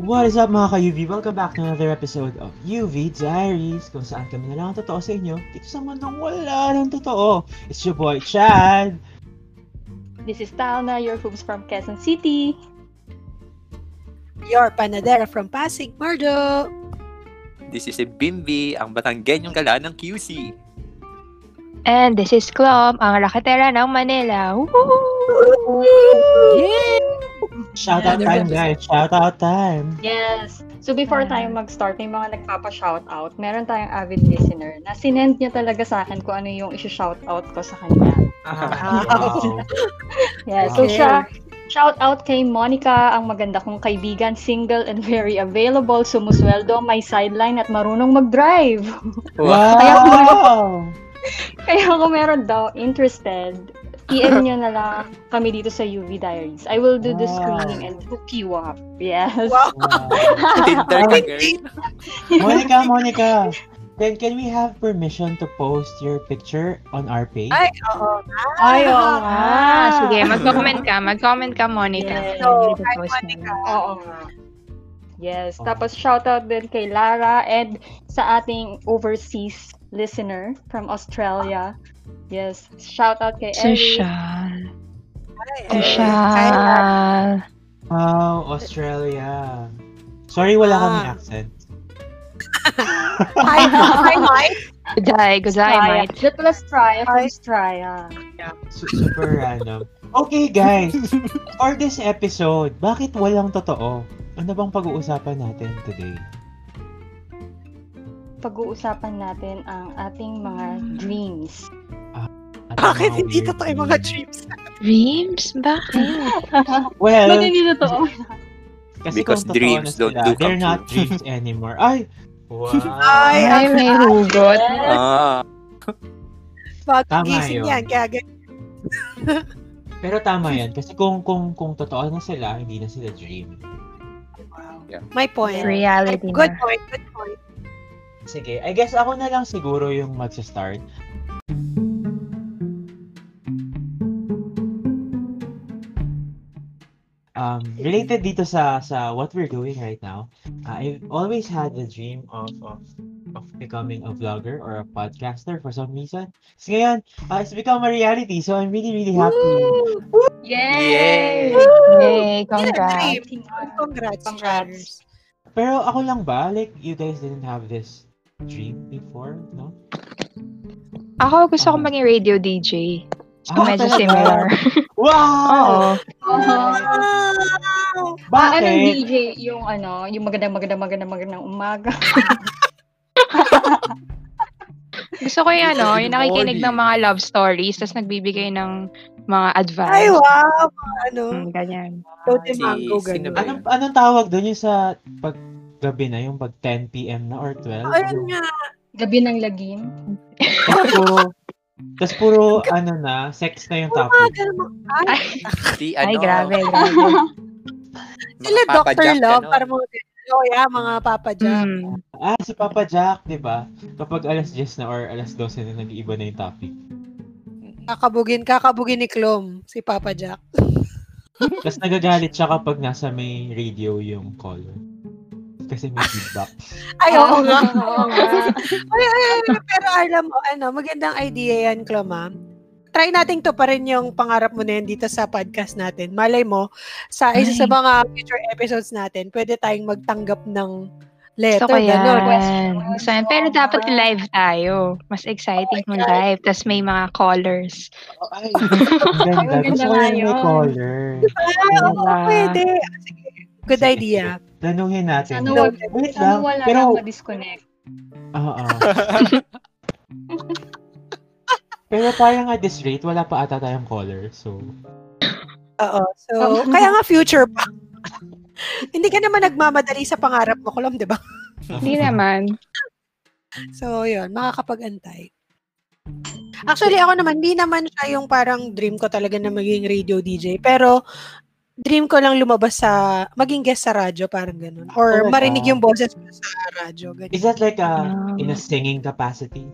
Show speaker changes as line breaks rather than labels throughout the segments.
What is up mga ka-UV? Welcome back to another episode of UV Diaries kung saan kami na lang ang totoo sa inyo dito sa mundong wala ng totoo. It's your boy, Chad!
This is Talna, your hoops from Quezon City.
Your Panadera from Pasig, Mardo!
This is si Bimbi, ang Batanggenyong gala ng QC.
And this is Klom, ang raketera ng Manila. Woohoo!
Shoutout
Yeah,
time
they're
guys! Shoutout time!
Yes. So before
Ah.
tayo mag-start, may mga nagpapa-shoutout. Meron tayong avid listener na sinend niya talaga sa akin kung ano yung isi-shoutout ko sa kanya.
Ah,
Wow.
wow.
Yeah, so
Okay.
siya, shout out kay Monica, ang maganda kong kaibigan, single and very available, sumusweldo, may sideline at marunong mag-drive.
Wow!
Kaya kung meron daw interested, PM nyo na lang kami dito sa UV Diaries. I will do the
Wow.
screening and hook you up. Yes.
Wow.
Wow.
Tinder ka, girl.
Monica, Monica! Then can we have permission to post your picture on our page?
Ay, oo.
Ay, oo nga.
Ah, sige, mag-comment ka. Mag-comment ka, Monica.
Yes.
So,
Hindi ko
kay
post
Monica.
Oo nga. Yes.
Oo.
Tapos shoutout din kay Lara and sa ating overseas listener from Australia. Yes. Shoutout kay Eric.
Social.
Ay, ay, ay, ay.
Social.
Wow, Australia! Sorry, wala
Ah.
kaming accent.
Hi, hi, hi.
Goday, goday,
Straya.
mate.
That was Straya from
Ay.
Straya.
Su- super random. Okay, guys. For this episode, bakit walang totoo? Ano bang pag-uusapan natin today?
Pag-uusapan natin ang ating mga
Hmm.
dreams.
Ano
Bakit
mga
hindi
weird
totoo yung mga
things?
trips?
Dreams? Bakit?
Well,
Ba't hindi totoo?
kasi
Because
kung
dreams
totoo
don't
na sila,
do
they're
come
not
true.
dreams anymore. Ay! Wow!
Ay,
Ay, may hugot.
Ah,
Pag
Tama
gising
yun.
yan, kaya ganyan.
Pero tama yan. Kasi kung kung kung totoo na sila, hindi na sila dream.
Wow.
Yeah.
My point.
Reality na.
Good point, good point.
Sige, I guess ako na lang siguro yung magsa-start. Um, related dito sa sa what we're doing right now, uh, I've always had the dream of, of of becoming a vlogger or a podcaster for some reason. So ngayon, uh, it's become a reality. So I'm really really happy.
Yay!
Yay,
Yeah,
congrats.
dream. Congrats.
Congrats.
Pero ako lang ba? Like you guys didn't have this dream before, no?
Ako gusto kong maging radio DJ. So,
Ah,
medyo
talaga?
similar.
Wow!
Oo. ano,
Wow!
Ah, anong
Bakit?
DJ? Yung ano, yung magandang magandang magandang magandang umaga.
Gusto ko yung ano,
Good
yung nakikinig ng
morning.
mga love stories, tapos nagbibigay ng mga advice.
Ay, wow! Ano?
Mm, ganyan.
Lote
Si-
mango, ganun.
sino ba
Anong, anong tawag doon yung sa pag gabi na, yung pag 10 p.m. na or 12?
Ayun nga.
Gabi ng lagim.
Tapos puro, tas puro ano na, sex na yung topic.
Umaga naman. Ay,
si
Ay,
ano,
grabe,
mga
grabe.
sila
Papa
Dr.
Jack, ano?
Love,
ganon.
para mga ganun. Oh, yeah, mga Papa Jack.
Mm.
Ah, si Papa Jack, di ba? Kapag alas 10 na or alas 12 na, nag-iiba na yung topic.
Kakabugin, kakabugin ni Klom, si Papa Jack.
Tapos nagagalit siya kapag nasa may radio yung caller. Kasi may feedback.
Ay, oo nga.
Oo nga.
Ay, ay, ay, pero alam mo, ano, magandang idea yan, Klom, ah. Try natin to pa rin yung pangarap mo na yan dito sa podcast natin. Malay mo, sa isa sa
Ay.
mga future episodes natin, pwede tayong magtanggap ng letter.
Gusto ko yan.
ganun.
Gusto ko yan. Pero dapat live tayo. Mas exciting kung live. Tapos may mga callers.
Oh, ay, ang ganda.
Ay, maganda
Gusto ko
nga
yung may
yun.
caller.
Ay, Ah, oo,
Diba?
pwede. Ah, Sige. Good
Sige.
idea.
Tanungin natin.
Sana wag-
Wait lang.
Sana Ano wala
Pero, ah,
lang ma-disconnect.
Oo. Pero parang at this rate, wala pa ata tayong caller. So,
Oo. So, kaya nga future pa. Hindi ka naman nagmamadali sa pangarap mo, Klom, di ba?
Hindi naman.
So, yun, makakapag-antay. Actually, ako naman, di naman siya yung parang dream ko talaga na maging radio DJ. Pero, dream ko lang lumabas sa, maging guest sa radyo, parang ganun. Or
Talaga?
marinig yung boses ko sa radyo. Ganun.
Is that like uh, a,
Um,
in a singing capacity?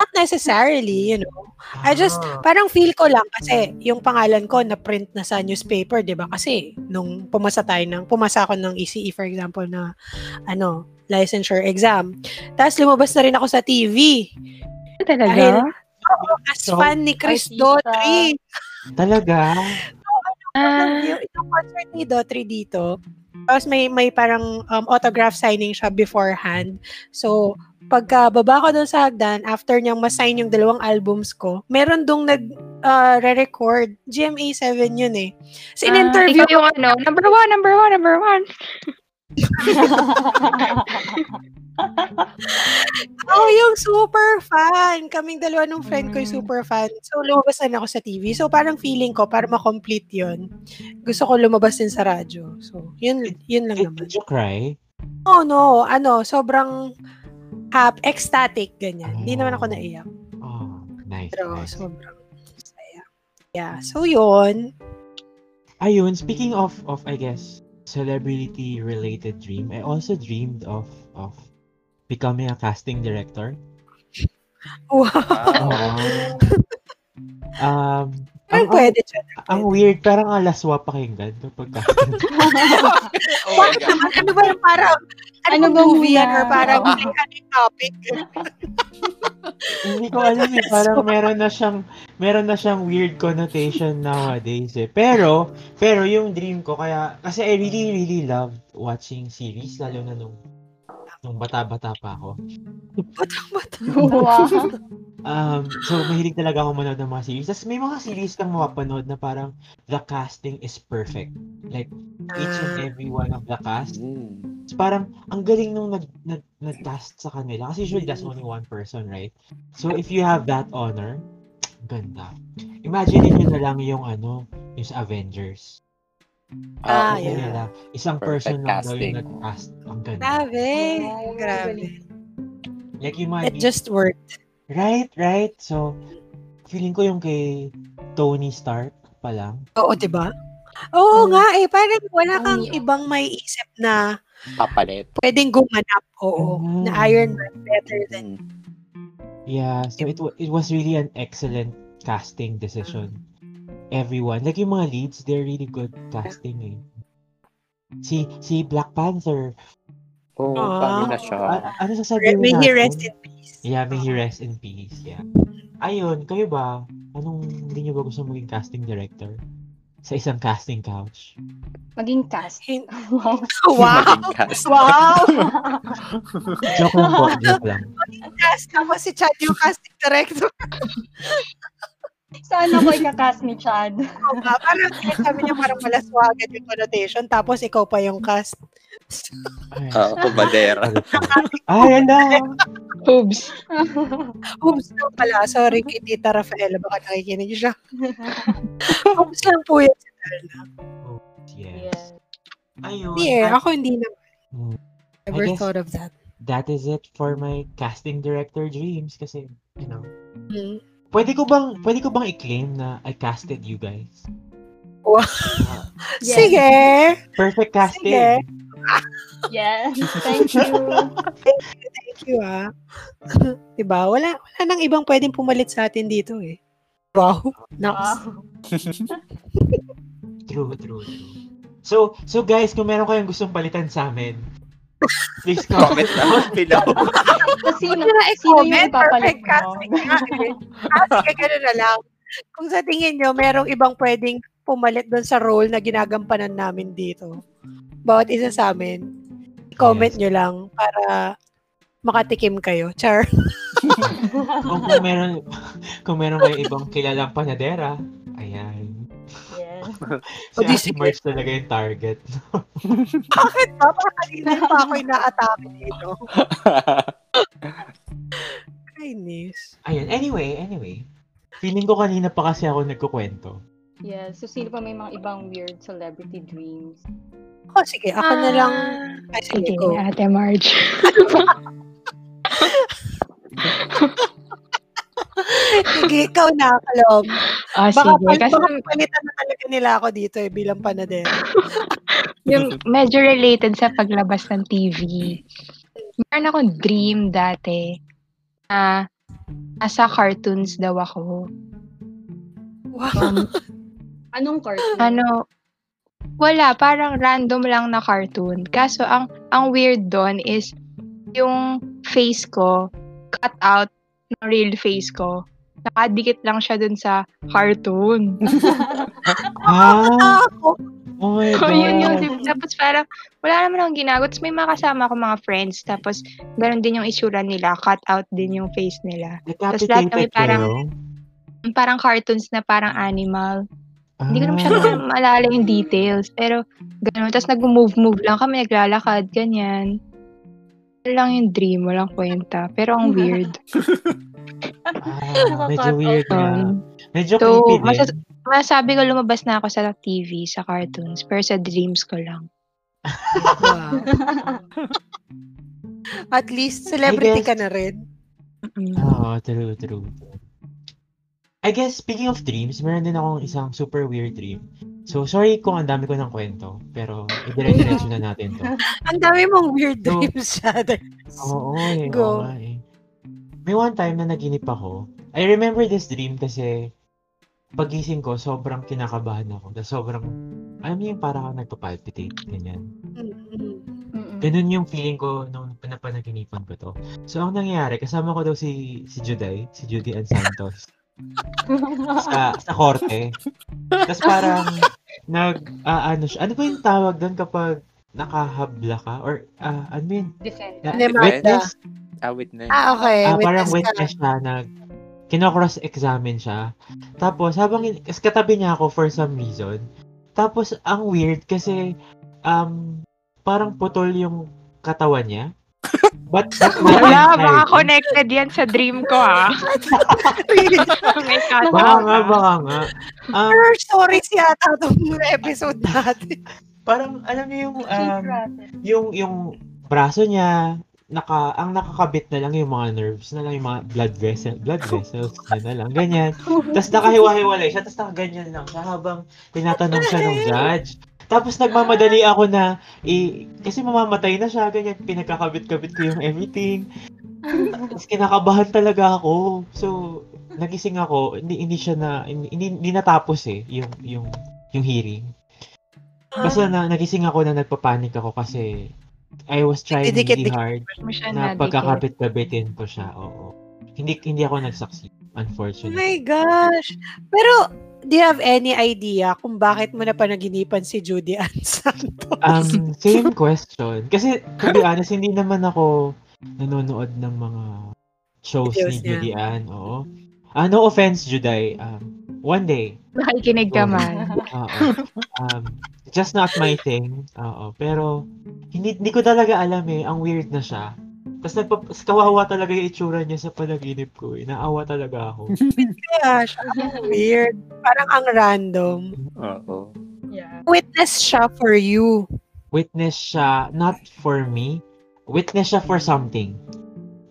Not necessarily, you know. I just, parang feel ko lang kasi yung pangalan ko na-print na sa newspaper, di ba? Kasi nung pumasa tayo ng, pumasa ako ng ECE, for example, na ano, licensure exam. Tapos lumabas na rin ako sa TV.
Ano Talaga?
Dahil- Oo, as
So,
fan ni Chris
artista.
Daughtry.
Talaga?
Ah,
Yung yung concert ni Daughtry dito. Tapos may, may parang um, autograph signing siya beforehand. So, pagka baba ko dun sa hagdan, after niyang masign yung dalawang albums ko, meron dong nag uh, re-record. GMA 7 yun eh. So, in-interview
Ah, ikaw yung ano, number one, number one, number one.
Oh, yung super fan. Kaming dalawa nung friend
Hmm.
ko yung super fan. So, lumabas na ako sa TV. So, parang feeling ko, para ma-complete yun, gusto ko lumabas din sa radyo. So, yun, yun lang
Did,
naman.
did you cry?
Oh, no. Ano, sobrang hap, ecstatic, ganyan. Hindi naman ako naiyak.
Oh, nice,
Pero,
nice.
sobrang saya. Yeah, so yun.
Ayun, speaking of, of I guess, celebrity-related dream, I also dreamed of of becoming a casting director.
Wow.
Wow.
Oo. um, ang,
Parang pwede siya.
ang, ang weird, parang ang laswa pakinggan kapag
Oh my
Bakit
God.
naman? Ano ba yung parang, ano,
Ano
ba
ba
movie yan?
muna?
Or parang,
Oo.
ano yung topic?
Hindi ko alam eh, parang meron na siyang meron na siyang weird connotation nowadays eh. Pero pero yung dream ko kaya kasi I really really loved watching series lalo na nung nung bata-bata pa ako.
Batang-bata.
wow.
Um, so mahilig talaga ako manood ng mga series. Tapos may mga series kang mapapanood na parang the casting is perfect. Like each and every one of the cast
Mm.
So, parang ang galing nung nag, nag, nag-cast sa kanila. Kasi usually that's only one person, right? So if you have that honor, ganda. Imagine nyo na lang yung ano, yung sa Avengers.
Ah,
Oo.
Yun
yeah.
lang. Isang person
Perfect
lang daw yung
casting.
nag-cast. Ang ganda.
Grabe.
Wow,
Grabe.
Like you might
It just worked.
Right, right. So, feeling ko yung kay Tony Stark pa lang.
Oo, di ba? Oo
Mm.
nga eh, parang wala
Oo,
kang
yeah.
ibang may isip na
Papalit.
pwedeng gumanap, oo,
Mhm.
na Iron Man better than
Mm.
Yeah, so it, wa- it was really an excellent casting decision. Everyone, like yung mga leads, they're really good casting eh. Si, si Black Panther,
Oo,
Ah.
paano na siya?
a- ano
Re-
sasabihin
may
natin?
he rest in peace.
Yeah, may he rest in peace, yeah. Ayun, kayo ba? Anong hindi nyo ba gusto maging casting director? Sa isang casting couch?
Maging cast.
Hin-
Wow.
wow,
Maging cast.
Wow!
Joke lang po, joke lang.
cast naman si Chad yung casting director
Saan ako ikakast ni Chad?
ko ba? Parang eh, sabi niya parang malaswagan yung connotation, tapos ikaw pa yung cast.
Ay,
Ah, Oo, kumbadera.
Ay, ala!
Oops.
Oops lang pala, sorry kay Tita Rafaela, baka nakikinig siya. Oops lang po yun.
Yes.
yes.
Ayun.
Hindi eh,
at
ako hindi naman.
Mm.
Never
I guess-
thought of that.
That is it for my casting director dreams kasi, you know,
Mm.
Pwede ko bang pwede ko bang i-claim na I casted you guys?
Wow.
Ah,
Yes.
Sige!
perfect casting.
Sige.
Yes. Thank you.
Thank you, ah. diba? Wala, wala nang ibang pwedeng pumalit sa atin dito, eh. Wow. Naps.
Wow.
True, true, true. So, so guys, kung meron kayong gustong palitan sa amin, please comment.
Comment naman below.
So, sino,
Wala, eh,
sino yung
comment,
ipapalit
perfect
mo?
casting nga, eh. Ah, sige, ganun na lang. Kung sa tingin nyo, merong ibang pwedeng pumalit doon sa role na ginagampanan namin dito. Bawat isa sa amin, comment nyo lang para makatikim kayo. Char.
Kung, kung meron kung meron kayong ibang kilalang panadera, ayan.
Yes.
Si
O, Oh, di
Ate
sige.
March talaga yung target.
Bakit ba? Parang kanina pa ako inaatake dito. Kainis.
Ayun, anyway, anyway. Feeling ko kanina pa kasi ako nagkukwento.
Yes. So, sino pa may mga ibang weird celebrity dreams?
Ako, sige. Ako na lang. Ay, sige,
Ah. Sige,
go.
Ate Marge.
Sige, ikaw na, Kalom.
Ah,
Baka,
sige.
pal-
Kasi
baka palitan na talaga nila ako dito eh, bilang panader.
yung medyo related sa paglabas ng TV. Meron akong dream dati na Nasa cartoons daw ako.
Wow.
Um,
Anong cartoon?
ano, wala, parang random lang na cartoon. Kaso ang ang weird doon is yung face ko cut out ng real face ko. Nakadikit lang siya dun sa cartoon.
Ah,
Ako.
oh my
Oh,
God.
yun yun. Tapos parang, wala naman akong ginagawa. Tapos may mga kasama ko mga friends. Tapos, ganun din yung itsura nila. Cut out din yung face nila. lahat kami
Decapitated
parang-
kayo?
Parang cartoons na parang animal. Hindi ko naman siya
Ah.
maalala yung details. Pero, ganun. Tapos, nag-move-move lang kami. Naglalakad. Ganyan. Yun lang yung dream. Walang kwenta. Pero, ang weird.
Ah, medyo weird na.
Um,
Medyo
So,
creepy din.
masas- masabi ko, lumabas na ako sa TV, sa cartoons. Pero sa dreams ko lang.
Wow. At least,
I
celebrity
guess-
ka na rin.
Mm.
Oo, true, true. I guess, speaking of dreams, meron din akong isang super weird dream. So, sorry kung ang dami ko ng kwento, pero i-diretso na natin to.
Ang dami mong weird
No.
dreams, Shadow.
Oo, eh, oo
Go.
nga eh. May one time na naginip ako. I remember this dream kasi pagising ko, sobrang kinakabahan ako. Tapos sobrang, alam niyo yung parang ako nagpa-palpitate, ganyan.
Mm-hmm.
Mm-mm.
Ganun yung feeling ko nung napanaginipan ko to. So, ang nangyari, kasama ko daw si, si Juday, si Judy Ann Santos, sa, sa korte. Tapos parang, nag, ah, ano siya, ano ba yung tawag doon kapag nakahabla ka? Or, ah, ano yun?
Defender.
Na-
Nemata.
witness?
Ah, witness.
Ah, okay.
Ah,
Witness
parang
ka.
witness siya, nag, kinocross-examine siya. Tapos, habang, in- kasi katabi niya ako for some reason. Tapos, ang weird kasi, um, parang putol yung katawan niya. But, but
Wala, baka connected yan sa dream ko, ha? May kaso
Baka nga,
ka.
baka nga. Um,
Horror stories yata itong episode natin.
parang, alam niyo yung, um,
Secret.
yung, yung braso niya, naka, ang nakakabit na lang yung mga nerves na lang, yung mga blood vessel, blood vessels niya na lang, ganyan. Tapos nakahiwa-hiwalay siya, tapos nakaganyan lang siya habang tinatanong siya ng judge. Tapos nagmamadali ako na, i, kasi mamamatay na siya, ganyan, pinagkakabit-kabit ko yung everything. Tapos kinakabahan talaga ako. So, nagising ako, hindi, hindi siya na, hindi, hindi natapos eh, yung, yung, yung hearing. Basta
Ah.
na, nagising ako na nagpapanik ako kasi I was trying
Didikit-
really hard
Mo
na
siya nadikit.
pagkakabit-kabitin ko siya, oo. Hindi, hindi ako nag-succeed,
Oh
unfortunately.
my gosh. Pero, do you have any idea kung bakit mo na panaginipan si Judy Ann Santos?
Um, same question. Kasi, to be honest, hindi naman ako nanonood ng mga shows ni
Videos niya.
Judy Ann, oo. Ah, no offense, Juday. Um, one day,
Nakikinig ka man.
Oo. Um, just not my thing. Oo. Pero, hindi, hindi ko talaga alam eh. Ang weird na siya. Tapos nagpa- s- kawawa talaga yung itsura niya sa panaginip ko. Eh. Naawa talaga ako.
Gosh, ang weird. Parang ang random.
Oo.
Yeah.
Witness siya for you.
Witness siya, not for me. Witness siya for something.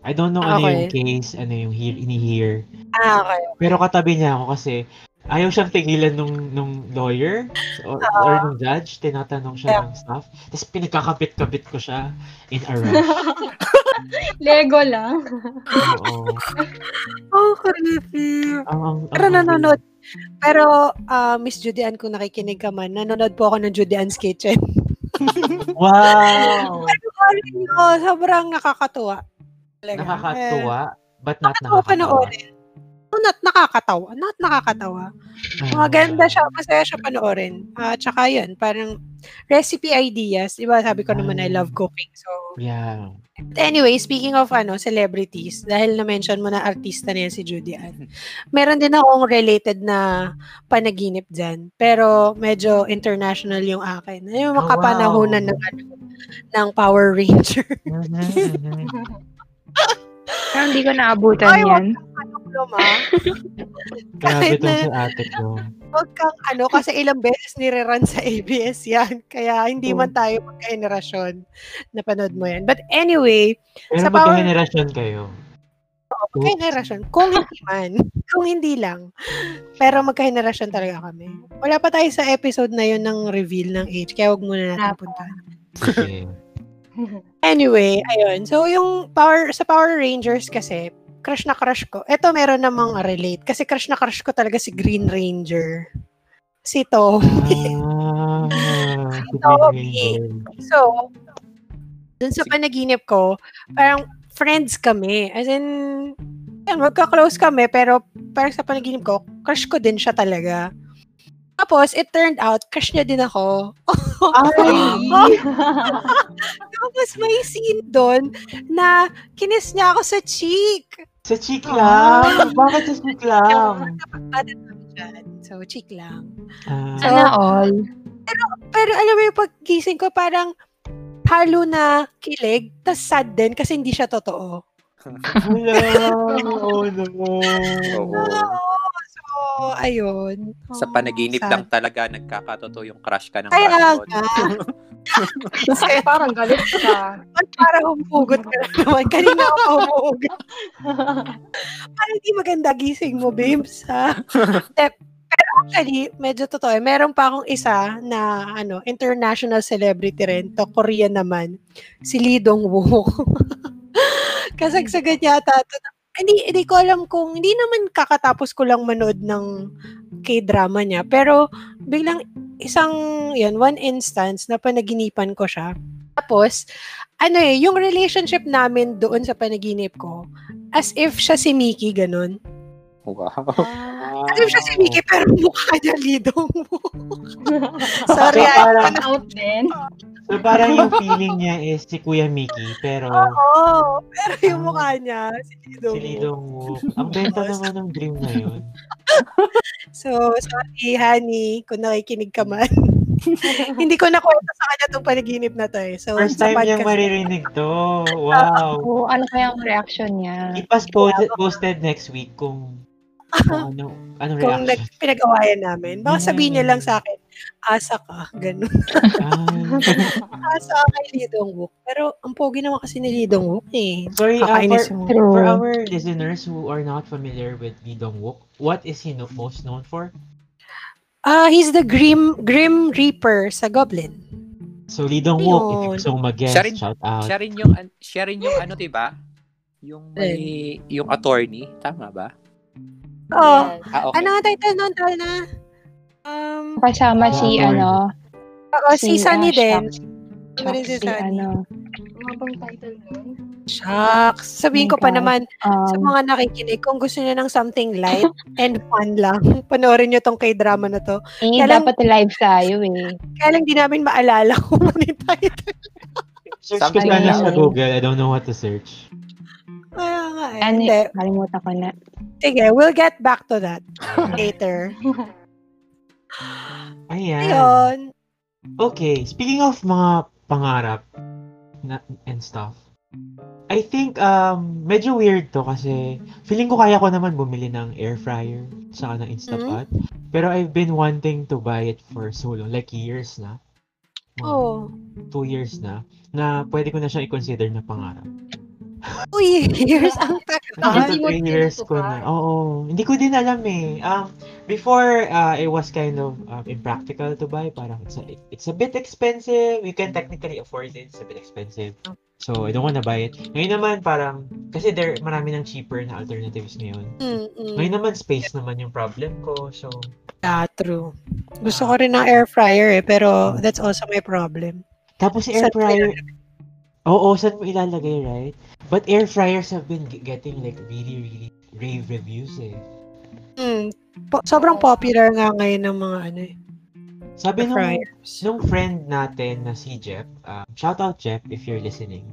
I don't know ano yung case, ano yung hear, ini-hear.
Ah, okay.
Pero katabi niya ako kasi ayaw siyang tigilan nung, nung lawyer or, or nung judge. Tinatanong siya
Yeah.
ng stuff. Tapos pinagkakapit-kapit ko siya in a rush.
Lego lang.
Oo.
Oh, creepy.
Ang, ang,
Pero
ang-
nanonood. Pero, ah, Miss Judy Ann, kung nakikinig ka man, nanonood po ako ng Judy Ann's Kitchen.
Wow!
Sorry, no, sobrang nakakatuwa. Talaga.
Nakakatuwa, but not
Eh, Nakakatawa
nakakatawa.
panoorin. No, Eh, not nakakatawa. Not nakakatawa.
Ah.
Maganda siya. Masaya siya panoorin. Ah, tsaka yun, parang recipe ideas. Diba sabi ko naman I love cooking. So,
Yeah.
But Anyway, speaking of ano, celebrities, dahil na-mention mo na artista na yan si Judy Ann, meron din akong related na panaginip dyan. Pero medyo international yung akin. Ayun,
Oh,
yung
wow.
makapanahonan ng, ano, ng Power Ranger.
Parang hindi ko naabutan
Ay,
yan.
ano ko ma?
Grabe
Kahit
tong
na-
si ate ko.
Huwag kang ano, kasi ilang beses nire-run sa ABS yan. Kaya hindi man tayo magka-generasyon. Napanood mo yan. But anyway,
Pero
Sa power-
magka-generation kayo. Oops.
Magka-generation. Kung hindi man. kung hindi lang. Pero magka-generation talaga kami. Wala pa tayo sa episode na yun ng reveal ng age. Kaya wag muna natin
Tama.
puntahan.
Sige.
Anyway, ayun. So, yung power, sa Power Rangers kasi, crush na crush ko. Eto, meron namang relate. Kasi crush na crush ko talaga si Green Ranger. Si Tom.
Ah, si
Toby.
Ranger.
So, dun sa panaginip ko, parang friends kami. As in, yan, magka-close kami, pero parang sa panaginip ko, crush ko din siya talaga. Tapos, it turned out, crush niya din ako.
Ay!
Tapos, may scene doon na kinis niya ako sa cheek.
Sa cheek lang. Bakit sa cheek lang?
Kapatid namin dyan. So, cheek lang.
Ah,
Sana all.
Pero alam mo yung pagkising ko, parang halo na kilig, tas sad din kasi hindi siya totoo.
wala. Oh, no.
Oo.
Oo. So, ayun.
Sa
Oo,
panaginip
sad.
lang talaga nagkakatotoo yung crush ka ng
Kaya
crush
nga.
mo.
Kasi,
Parang galit ka.
ba't parang humugot ka lang naman. Kanina ako pa humugot. Parang di maganda gising mo, babes. Ha? Eh, Pero actually, medyo totoo. Eh. Meron pa akong isa na ano international celebrity rin. To Korean naman. Si Lee Dong-woo. Kasagsagan yata. to na- Hindi, hindi ko alam kung, hindi naman kakatapos ko lang manood ng k-drama niya. Pero biglang isang, yun, one instance na panaginipan ko siya. Tapos, ano eh, yung relationship namin doon sa panaginip ko, as if siya si Mickey, ganun.
Wow.
As if siya si Mickey, pero mukha niya lidong mo. Sorry,
So,
ah.
parang,
Out din.
so, parang yung feeling niya is si Kuya Mickey, pero
Oh, Oo, pero yung mukha niya, si lidong
si
mo.
Lidong Wu. Ang benta naman ng dream na yun.
So, sorry, honey, kung nakikinig ka man. Hindi ko nakwento sa kanya itong panaginip na to eh. So,
First
sa
time niyang
podcast-
maririnig to. Wow.
Oo, ano kaya ang reaction niya?
Ipas posted, posted next week kung kung ano, ano reaction.
Kung nag, pinag-awayan namin. Baka sabihin niya
Mm.
lang sa akin, asa ka, ganun.
Ah.
Asa kay Lee Dong-wook. Pero ang pogi naman kasi ni Lee Dong-wook eh.
sorry, ah, for,
Kakainis mo.
For
True.
our listeners who are not familiar with Lee Dong-wook, what is he no- most known for?
Ah, he's the Grim Grim Reaper sa Goblin.
So Lee Dong-wook, if
Ayun.
gusto mong mag-guess,
Siya rin-
shout out.
Siya rin yung, an- siya rin yung ano, diba? Yung may, yung attorney. Tama ba?
Oh,
Ah, okay.
ano ang title nun, Tal na? Um,
Kasama si,
Ah,
ano,
oo, Oh, si Sunny
ah,
din.
Shucks.
Ano rin si
Shucks, si,
Sunny?
ano.
Mga bang title nun?
Shucks. Sabihin ko pa
Diba?
naman sa
Um,
mga nakikinig, kung gusto niyo ng something light and fun lang, panoorin niyo tong k-drama na to.
eh,
kailang-
dapat live tayo eh.
Kaya lang di namin maalala kung ano yung title.
Search ko
Something
sana
lang.
sa Google. I don't know what to search.
Kaya nga eh.
Ano,
Hindi.
kalimutan ko na.
Sige, we'll get back to that later.
Ayan.
Ayun.
Okay, speaking of mga pangarap na, and stuff, I think um medyo weird to kasi feeling ko kaya ko naman bumili ng air fryer saka ng Instapot. Pero I've been wanting to buy it for so long, like years na. Mga
Oh.
two years na na pwede ko na siyang i-consider na pangarap.
Two years ang tagal.
Bakit? hindi
After
mo
three years ko
tinutukan?
na. Oo. Hindi ko din alam eh. Um, before, uh, it was kind of um, impractical to buy. Parang it's a, it's a bit expensive. You can technically afford it. It's a bit expensive. So, I don't wanna buy it. Ngayon naman, parang, kasi there, marami ng cheaper na alternatives ngayon.
Mm-mm.
Ngayon naman, space naman yung problem ko. So,
Ah, true. Gusto ko rin ng air fryer eh, pero that's also my problem.
Tapos air
Saan mo
fryer. Oo, saan mo ilalagay, right? But air fryers have been g- getting like really, really rave reviews eh.
Mm. Po- sobrang popular nga ngayon ng mga ano eh,
Sabi
air
nung,
fryers.
nung friend natin na si Jeff, um, shout out Jeff if you're listening.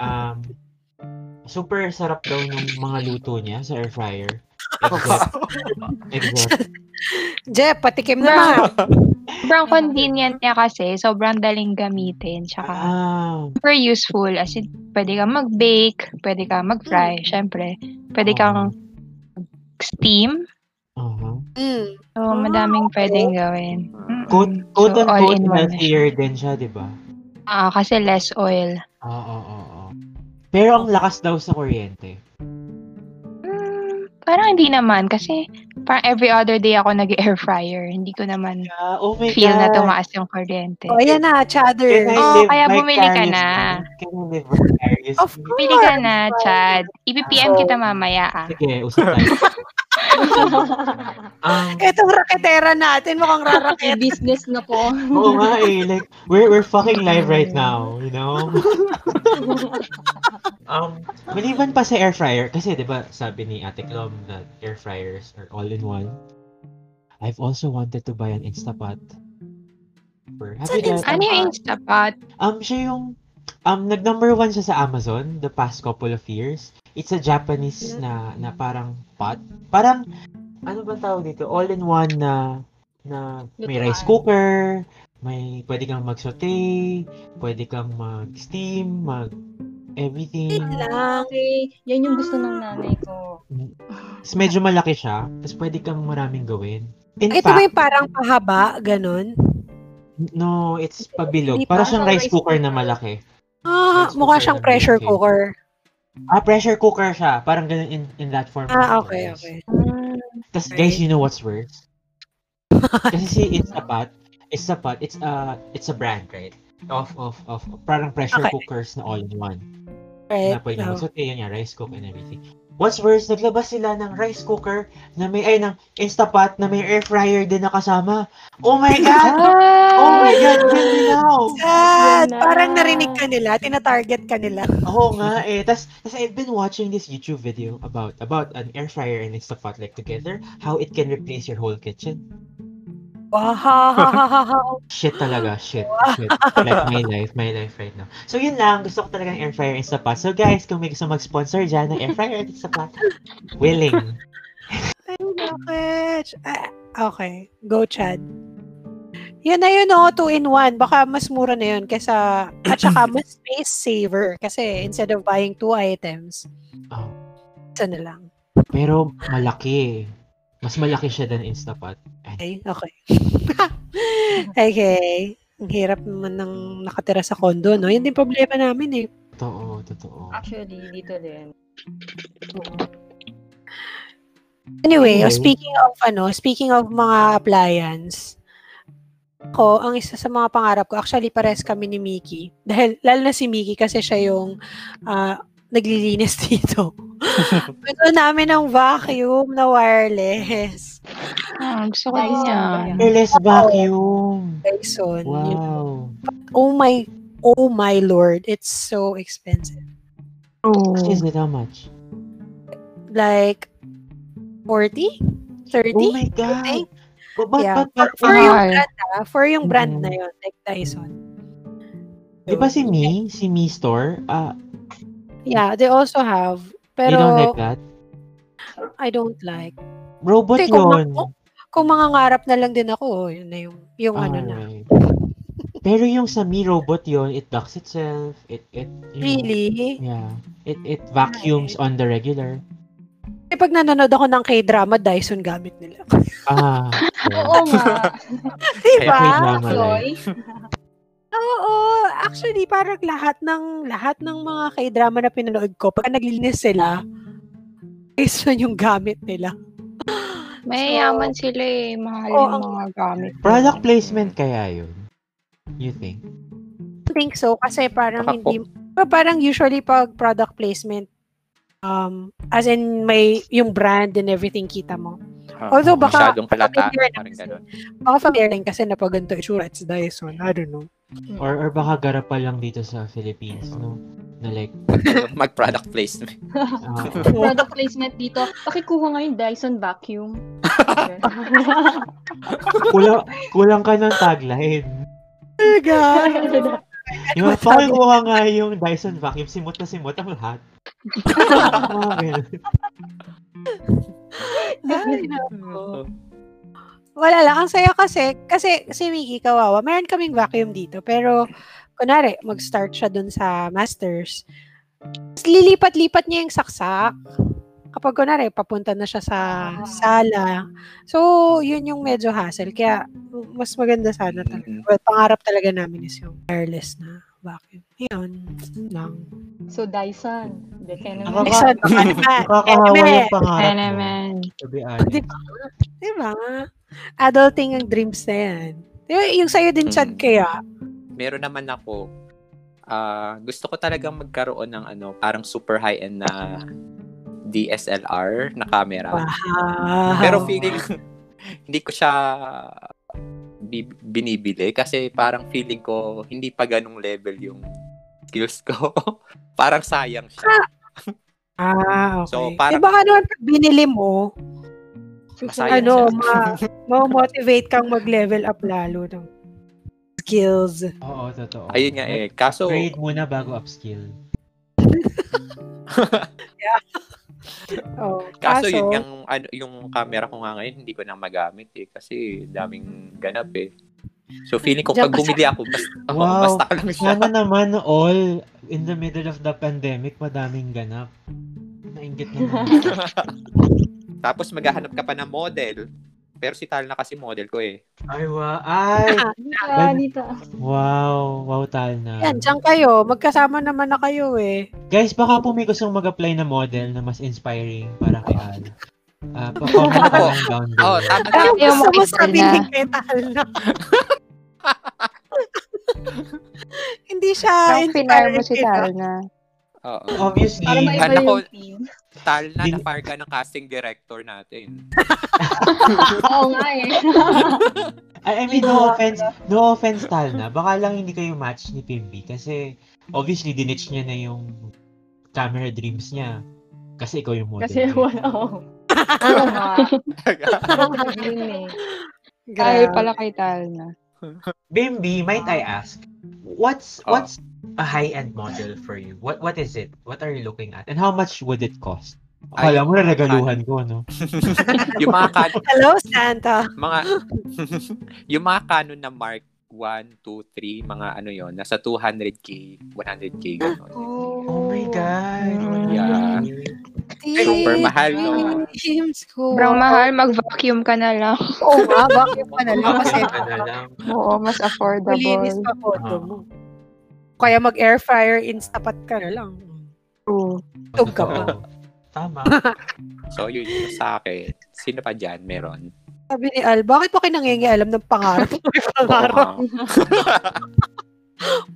Um, super sarap daw nung mga luto niya sa air fryer. Except, except,
Jeff, patikim na
Sobrang convenient niya kasi. Sobrang daling gamitin. Tsaka,
ah,
super useful. As in, pwede kang mag-bake, pwede kang mag-fry,
Mm.
syempre. Pwede kang
Ah.
steam.
uh-huh.
Mm.
So, madaming pwedeng gawin. Mm-mm.
Quote, quote
So, all
unquote,
in one.
healthier din siya, di ba?
Ah, kasi less oil.
Oo, oo, oo. Pero ang lakas daw sa kuryente.
Mm, Parang hindi naman kasi parang every other day ako nag-air fryer. Hindi ko naman
Yeah, oh my
feel na
God. Oh,
tumaas yung kuryente.
O, Oh, ayan
Can
na,
I
chadder.
Oh,
live
kaya
vicariously?
bumili ka na.
Can I live vicariously?
Of course.
Pili ka na, Chad.
Oh.
IPPM kita mamaya ah.
Sige, usap tayo. Um,
Etong raketera natin, mukhang rarak.
May business na po.
oo nga eh, like, we're, we're fucking live right now, you know? um, maliban pa sa air fryer, kasi di ba sabi ni Ate Clom na air fryers are all in one. I've also wanted to buy an Instapot. For, have
Saan
you tried-
Ano yung Instapot?
Um, siya yung, um, nag-number one siya sa Amazon the past couple of years. It's a Japanese na, na parang pot. Parang, ano ba tawag dito? All-in-one na, na may
Lutuan.
rice cooker, may, pwede kang mag-saute, pwede kang mag-steam, mag everything.
Wait lang.
Okay, yan yung gusto ng nanay ko.
Tapos medyo malaki siya, tapos pwede kang maraming gawin. In
Ito ba
fact,
yung parang pahaba, ganun?
no, it's pabilog.
Hindi
Para
pa,
siyang
parang
rice
rice
cooker na
cooker.
malaki.
Ah,
Rice cooker
mukha siyang
na
pressure
malaki.
cooker.
Ah, pressure cooker siya. Parang ganun in, in that form.
Ah, okay,
Yes.
okay.
Tapos
Right.
guys, you know what's worse? Kasi si Instapot, Instapot, it's a it's a brand, right? Of of of parang pressure
Okay. Eh,
cookers na all in one.
Right.
Na pwede mo
no.
so, yun yung rice cook and everything. What's worse, naglabas sila ng rice cooker na may ay ng Instapot na may air fryer din nakasama. Oh my god. Oh
Ah!
my god, tell me now.
Sad!
Wala.
Ah, Parang narinig ka nila, tinatarget ka nila.
Oo nga eh. Tapos, I've been watching this YouTube video about about an air fryer and Instapot like together, how it can replace your whole kitchen.
Wow!
Shit talaga, shit, shit. Like my life, my life right now. So yun lang, gusto ko talaga ng air fryer and sapat. So guys, kung may gusto mag-sponsor dyan ng air fryer and sapat, willing.
Ay, bakit? Ah, okay, go Chad. Yun na yun, oh, two in one. Baka mas mura na yun kesa, at saka mas space saver. Kasi instead of buying two items,
Oh,
isa na lang.
pero malaki. Mas malaki siya than Instapot.
Okay, okay. okay. Ang hirap naman ng nakatira sa condo, no? Yun din problema namin, eh.
Totoo, totoo.
Actually, dito din.
Anyway, oh,
Anyway.
speaking of ano, speaking of mga appliance, ko ang isa sa mga pangarap ko, actually pares kami ni Miki. Dahil lalo na si Miki kasi siya yung ah, naglilinis dito. Gusto namin ng vacuum na wireless.
Ah, gusto ko
Nice
din
yan.
yan.
Airless vacuum.
Dyson. Yun.
Wow.
Oh my Oh my lord, it's so expensive.
True.
Is it how much?
Like 40? 30?
Oh my God. But, but,
Yeah.
but, but, uh,
for yung
Mahal.
brand, ah, for yung brand
Mm.
na yun, like Dyson.
di ba si Mi? Si Mi Store? Ah,
Yeah, they also have. Pero
you don't like that?
I don't like.
Robot
Hindi, kung
yun.
ako- Kung mangangarap na lang din ako, oh, yun na yung, yung
Ah,
ano na.
Alright. Pero yung sa Mi robot yon, it ducks itself. It it you know,
Really?
Yeah. It it vacuums on the regular.
Kasi pag nanonood ako ng K-drama, Dyson gamit nila.
Ah.
Oo nga.
diba?
K-drama
Joy.
life.
Oo. Actually, parang lahat ng lahat ng mga K-drama na pinanood ko, pag naglilinis sila, Dyson yung gamit nila.
May yaman sila eh. Mahal
Oo,
yung
ang-
mga gamit.
Oh, Product placement kaya yun? You think?
I think so kasi parang
Baka
hindi pero parang usually pag product placement um as in may yung brand and everything kita mo.
Ah,
Although baka-
Masyadong palata.
familiar na
Parang
kasi.
ganun.
Baka familiar lang kasi na pag ganito itsura, it's Dyson. I don't know.
Or or baka garapal lang dito sa Philippines, no? Na like,
Mag-product placement.
ah,
Oh
Product placement dito. Pakikuha nga yung Dyson vacuum.
kulang, kulang ka ng tagline.
Oh my God!
Yung mga pakikuha nga yung Dyson vacuum, simot na simot ang lahat. Ah, ganun.
Ay, nako. Wala lang. Ang saya kasi, kasi si Miki Kawawa, meron kaming vacuum dito. Pero, kunwari, mag-start siya dun sa masters. Tapos Lilipat-lipat niya yung saksak. Kapag kunwari, papunta na siya sa sala. So, yun yung medyo hassle. Kaya, mas maganda sana talaga.
Mm.
Well, pangarap talaga namin is yung wireless na bakit. Yun, yun lang.
So, Dyson, the Kenneman.
Ako ba?
Isa, baka eh, naman.
Nakakahawa yung pangarap
Ano
mo.
man.
To be
Oh, Di
honest.
ba? Di ba? Adulting ang dreams na yan. Di ba, yung sa'yo din, Chad,
Mm.
kaya.
meron naman ako, ah, gusto ko talagang magkaroon ng ano, parang super high-end na DSLR na camera.
Wow.
Pero feeling, hindi ko siya bi- binibili kasi parang feeling ko hindi pa ganong level yung skills ko. parang sayang siya.
ah, okay.
So,
eh,
parang-
baka naman pag binili mo,
Masaya
ano,
siya.
ma, ma-motivate kang mag-level up lalo ng skills.
Oo, totoo.
Ayun nga eh. Kaso,
Grade muna bago upskill.
Oh,
kaso, yun yung, ano, yung camera ko nga ngayon, hindi ko na magamit eh. Kasi daming ganap eh. So feeling ko
Diyan
pag
ka sa-
bumili ako, basta,
Wow.
basta ka lang siya.
Sana naman all in the middle of the pandemic, madaming ganap. Nainggit naman.
Tapos maghahanap ka pa ng model. Pero si Tal na kasi model ko eh.
Ay, wow. Ay,
Nita, Nita.
wow. Wow, tal na.
Yan, dyan kayo. Magkasama naman na kayo eh.
Guys, baka po may gustong mag-apply na model na mas inspiring para kay Al. Ah, pa-comment
Ako.
na lang down below.
Oo, tama na.
Anong
Ayaw
gusto mo
makisal
sabihin
na.
kay Tal na? Hindi
Ah,
siya
Ang pinar mo
inspired
si
kay Tal.
Tarna.
Oo.
Obviously,
Para maiba
Ano ko-
yung team.
Tal na,
Din-
na-fire ka ng casting director natin.
Oo nga eh.
I, I mean, no offense, no offense tal na. Baka lang hindi kayo match ni Pimby kasi obviously dinitch niya na yung camera dreams niya. Kasi ikaw yung model.
Kasi
niya.
wala ako. Ano nga? Yun eh.
Ay,
Grabe.
pala kay Tarna.
Bimby, might I
Ah.
ask, what's
Oh.
what's a high-end model for you? What what is it? What are you looking at? And how much would it cost?
Ay,
Akala mo na regaluhan ko, no?
yung mga kan-
Hello, Santa.
mga yung mga Canon na Mark 1, 2, 3, mga ano yon nasa 200k, 100k ganun.
Oh my God.
Yeah. Super
Team,
mahal no.
Teams ko.
Sobrang mahal, mag-vacuum ka na lang.
Oo nga, bakit oh, pa na lang? Kasi
Ano lang.
Oo, mas
malinis
affordable.
pa photo mo. Kaya mag-air fryer, instapat ka na lang.
True.
Tug ka pa.
Oo. Tama.
So yun yung sa akin. Sino pa diyan meron?
Sabi ni Al, bakit ba kayo nangingialam ng pangarap? May pangarap,
Oo.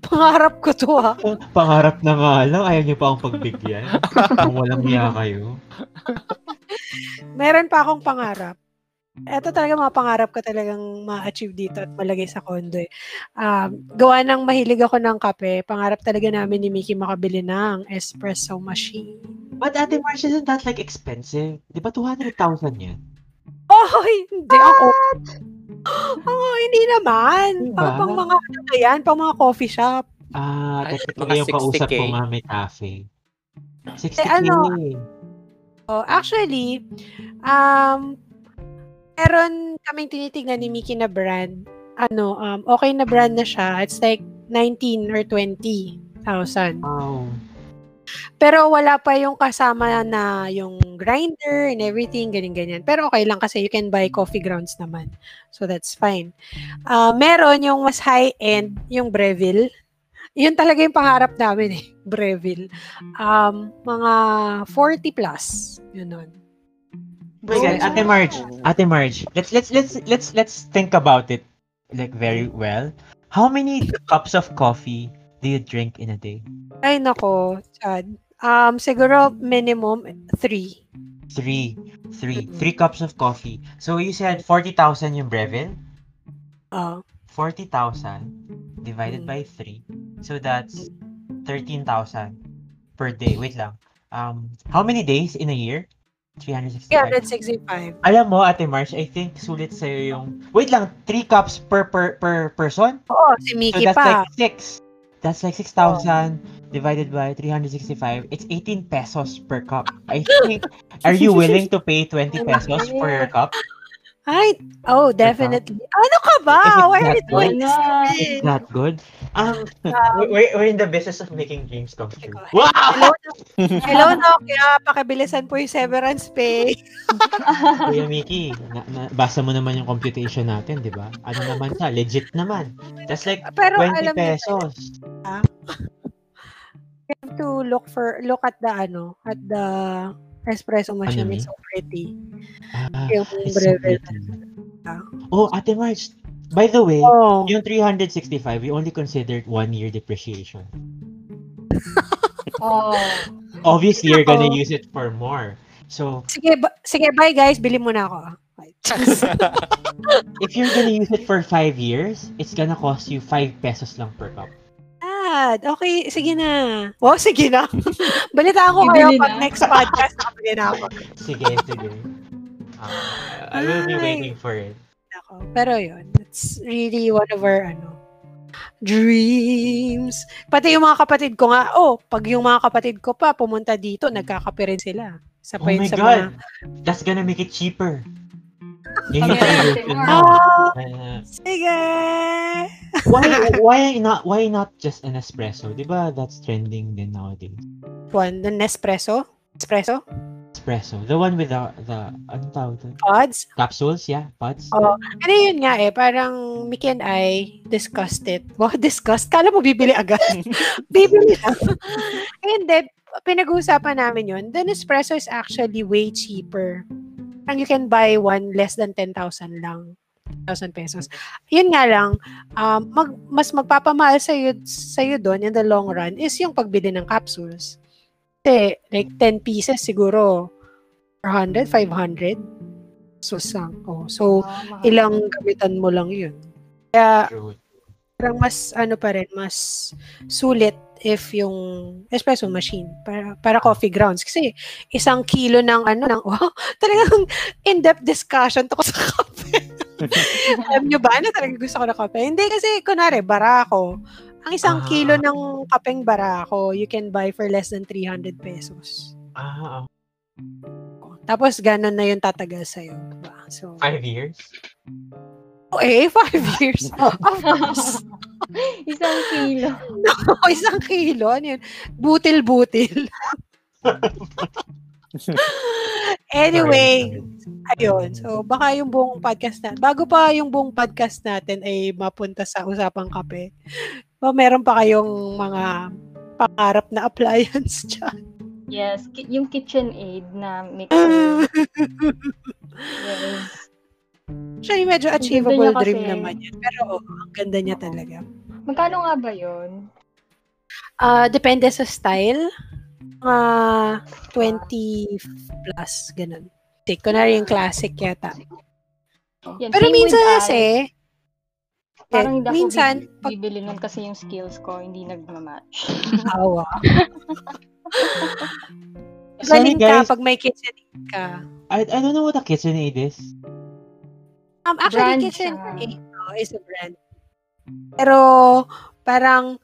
pangarap ko to ah. ha.
Pangarap na nga lang, ayaw niyo pa akong pagbigyan. Kung walang
Hmm.
niya kayo.
Meron pa akong pangarap. Ito talaga mga pangarap ko talagang ma-achieve dito at malagay sa kondo eh. Um, gawa ng mahilig ako ng kape, pangarap talaga namin ni Mickey makabili ng espresso machine.
But Ate Marsh, isn't that like expensive? Di ba 200,000 yan?
Oh, hindi ako. Oh, hindi naman.
Diba?
Pang, pang mga ano na yan, pang mga coffee shop.
Ah,
Ay,
technically
mga
yung kausap
60K.
ko nga may cafe. 60k.
Eh, ano? Oh, actually, um, meron kaming tinitignan ni Mickey na brand. Ano, um, okay na brand na siya. It's like 19 or 20,000.
Wow.
Pero wala pa yung kasama na yung grinder and everything, ganyan-ganyan. Pero okay lang kasi you can buy coffee grounds naman. So that's fine. Ah, meron yung mas high-end, yung Breville. Yun talaga yung pangarap namin eh, Breville. Um, mga 40 plus. Yun nun.
Oh my God, Ate Marge, Ate Marge, let's let's let's let's let's think about it like very well. How many cups of coffee do you drink in a day?
Ay nako, Chad. Um, siguro minimum 3.
Three. Three. Three cups of coffee. So you said 40,000 yung Breville?
ah
40,000 divided
Mm.
by 3. So that's 13,000 per day. Wait lang. Um, how many days in a year? 365.
365.
Alam mo, Ate Marsh, I think sulit sa'yo yung... Wait lang, 3 cups per per per person?
Oo, si
So
Mickey
that's
pa.
like 6. That's like 6,000 divided by 365. It's 18 pesos per cup. I think, are you willing to pay 20 pesos for your cup?
Ay, oh,
Diba?
definitely. Ano ka ba?
Is it
Why are you
that
Ano?
doing this to me?
It's not good. Um, we- we're, we're in the business of making dreams come true.
Teka,
Wow!
Hello, Nokia. Hello, Nokia. Pakibilisan po yung severance pay.
Kuya Miki, na, na- basa mo naman yung computation natin, di ba? Ano naman siya? Legit naman. That's like
Pero
20
alam niyo,
pesos.
You have to look for look at the ano, at the espresso machine. It's so pretty.
Ah,
Yung
Ano it's so
brevet.
pretty. Oh, Ate March, by the way,
Oh,
yung 365, we only considered one year depreciation.
Oh.
Mm-hmm.
Obviously, you're gonna
Oo.
use it for more. So,
sige, ba- sige, bye guys. Bili muna ako. ah. Bye.
if you're gonna use it for five years, it's gonna cost you five pesos lang per cup.
Dad, okay, sige na. Wow, sige na. Balita ako kayo
Bibili
pag
na.
next podcast nakabili na ako.
Sige, sige. Ah, I will be
Ay.
waiting for it.
Ako. Pero yun, it's really one of our, ano, dreams. Pati yung mga kapatid ko nga, oh, pag yung mga kapatid ko pa pumunta dito, nagkakape rin sila. Sa
Oh
pa yun
my
sa
God!
mga,
That's gonna make it cheaper. Yun yung
Okay.
solution mo.
oh,
Uh,
sige!
why why not why not just an espresso? 'Di ba? That's trending din nowadays.
One, the Nespresso? Espresso?
Espresso. The one with the the ano tawag doon?
Pods?
Capsules, yeah, pods.
Oh, ano yun nga eh, parang Mickey and I discussed it. Wow, discussed? Kala mo bibili agad. bibili lang. Hindi, pinag-uusapan namin yun. The Nespresso is actually way cheaper. And you can buy one less than 10,000 lang. 1,000 pesos. Yun nga lang, um, mag, mas magpapamahal sa'yo, sa'yo doon in the long run is yung pagbili ng capsules. Kasi, like, 10 pieces siguro, 400, 500. So, sang. Oh, so, ilang gamitan mo lang yun. Kaya
True.
parang mas ano pa rin, mas sulit if yung espresso machine para para coffee grounds kasi isang kilo ng ano ng wow talagang in-depth discussion to ko sa kape alam nyo ba ano talaga gusto ko ng kape hindi kasi kunwari barako ang isang
Ah.
kilo ng kapeng barako you can buy for less than 300 pesos
Ah, ah,
tapos ganun na yung tatagal sa'yo diba? so
five years.
oh, eh five years of course
Isang kilo.
O, isang kilo. Ano yun? Butil-butil. anyway, ayun. So, baka yung buong podcast natin, bago pa yung buong podcast natin ay mapunta sa usapang kape, ba, meron pa kayong mga pangarap na appliance dyan.
Yes, ki- yung KitchenAid na
Mm.
mixer. Yes.
Actually, medyo
Ang ganda
achievable
niya kasi.
dream naman yan. Pero, oh, ang ganda niya talaga.
Magkano nga ba yun?
ah depende sa style. Mga 20 plus, ganun. Take, kunwari yung classic yata.
Yan,
Pero
same with
minsan
us.
kasi,
parang hindi ako
minsan,
bibi-
pag-
bibili nun kasi yung skills ko hindi nagmamatch.
awa.
Sorry
Galing ka
guys,
pag may KitchenAid ka.
I, I don't know what a KitchenAid is.
Um, actually,
Brand
KitchenAid no, is a brand. Pero, parang,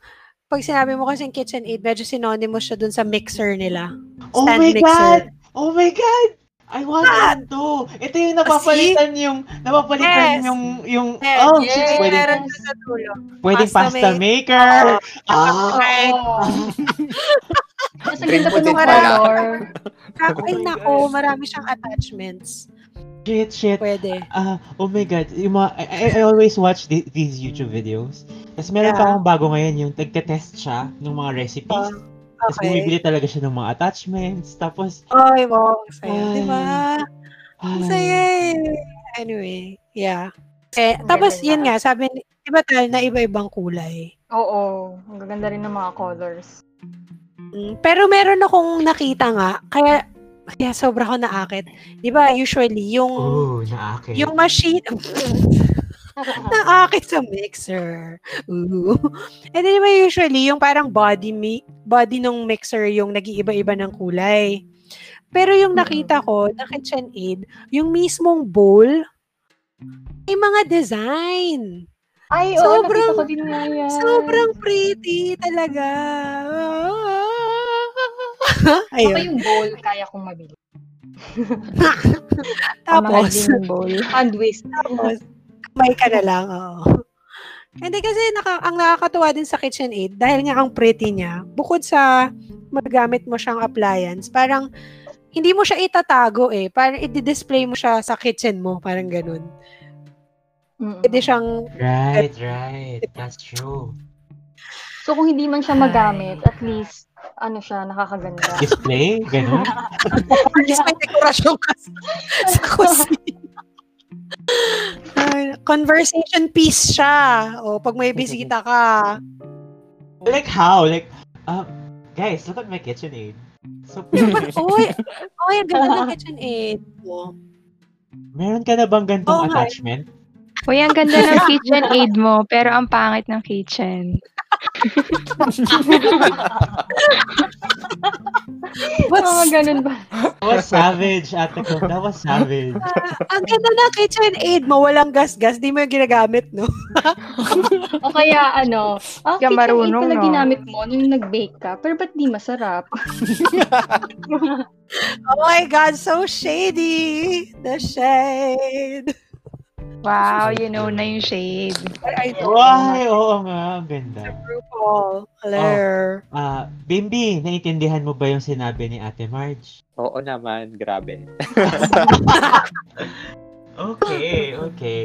pag sinabi mo kasi KitchenAid, medyo synonymous siya dun sa mixer nila.
Oh
Stand
my
mixer. Ah!
God! Oh my God! I want one too! Ito yung napapalitan yung, napapalitan
Yes.
yung, yung,
Yes.
oh,
Yes.
shit,
Yes.
pwedeng,
Meron ka sa tulo.
pwedeng
Pasta
pasta
ma-
maker! Ah!
Right.
Oo. Mas ang
Drink
ganda
mo
pa
din
nung
pala.
color.
Ako,
Oh
ay
my
nako,
God.
marami siyang attachments.
Shit, shit.
Pwede.
Ah, oh my God. Yung mga, I, I- I always watch thi- these YouTube videos. Tapos meron pa
Yeah. Ah,
akong bago ngayon, yung test siya ng mga recipes. Tapos
Okay.
bumibili talaga siya ng mga attachments. Tapos,
Ay, wow, ang saya.
Ay.
Diba? Ang
Mm.
saya eh. Anyway, yeah. Eh,
Ang
tapos,
ganda
yun
niya.
nga, sabi ni, di ba tal, na iba-ibang kulay.
Oo, ang gaganda rin ng mga colors.
Mm, Pero meron akong nakita nga, kaya, kaya sobra ko naakit. Di ba, usually, yung,
oh, naakit.
yung machine, naakit sa mixer. Ooh. And then, di ba, usually, yung parang body, mi- body ng mixer, yung nag-iiba-iba ng kulay. Pero yung
Mm.
nakita ko, na KitchenAid, yung mismong bowl, ay mga design.
Ay, oo,
Sobrang-
nakita ko din nga yan.
Sobrang pretty talaga.
Ako
Ayun.
yung bowl, kaya kong mabili.
Pamahal
Tapos,
din yung bowl.
And waste.
tapos, may ka na lang. Oo. Hindi kasi naka, ang nakakatuwa din sa KitchenAid, dahil nga ang pretty niya, bukod sa magamit mo siyang appliance, parang hindi mo siya itatago eh. Parang i-display mo siya sa kitchen mo. Parang ganun.
Mm-mm.
Pwede siyang
Right, right. That's true.
So kung hindi man siya magamit, at least, ano siya, nakakaganda.
Display? Ganun?
At may dekorasyon ka sa- sa kusina. Ay, conversation piece siya. O, pag may bisita ka.
like how? Like, um, guys, look at my KitchenAid. So,
Uy, uy, ang ganda ng kitchen aid mo.
meron ka na bang gantong
Oo nga.
attachment?
Uy, ang ganda ng kitchen aid mo, pero ang pangit ng kitchen.
What's,
Mga ganun ba?
That was savage, ate ko. That was savage.
Ah, ang ganda ng kitchen aid mo. Walang gas-gas. Di mo yung ginagamit, no?
O kaya ano, ah,
Kaya
kitchen aid
marunong,
pala
no?
ginamit mo nung nag-bake ka, pero ba't di masarap?
Oh my God, so shady. The shade.
Wow, you know na yung shade.
I know.
Why? Oo nga, ang ganda.
RuPaul. Hello.
Ah, Bimbi, naiintindihan mo ba yung sinabi ni Ate Marge?
Oo naman, grabe.
Okay, okay.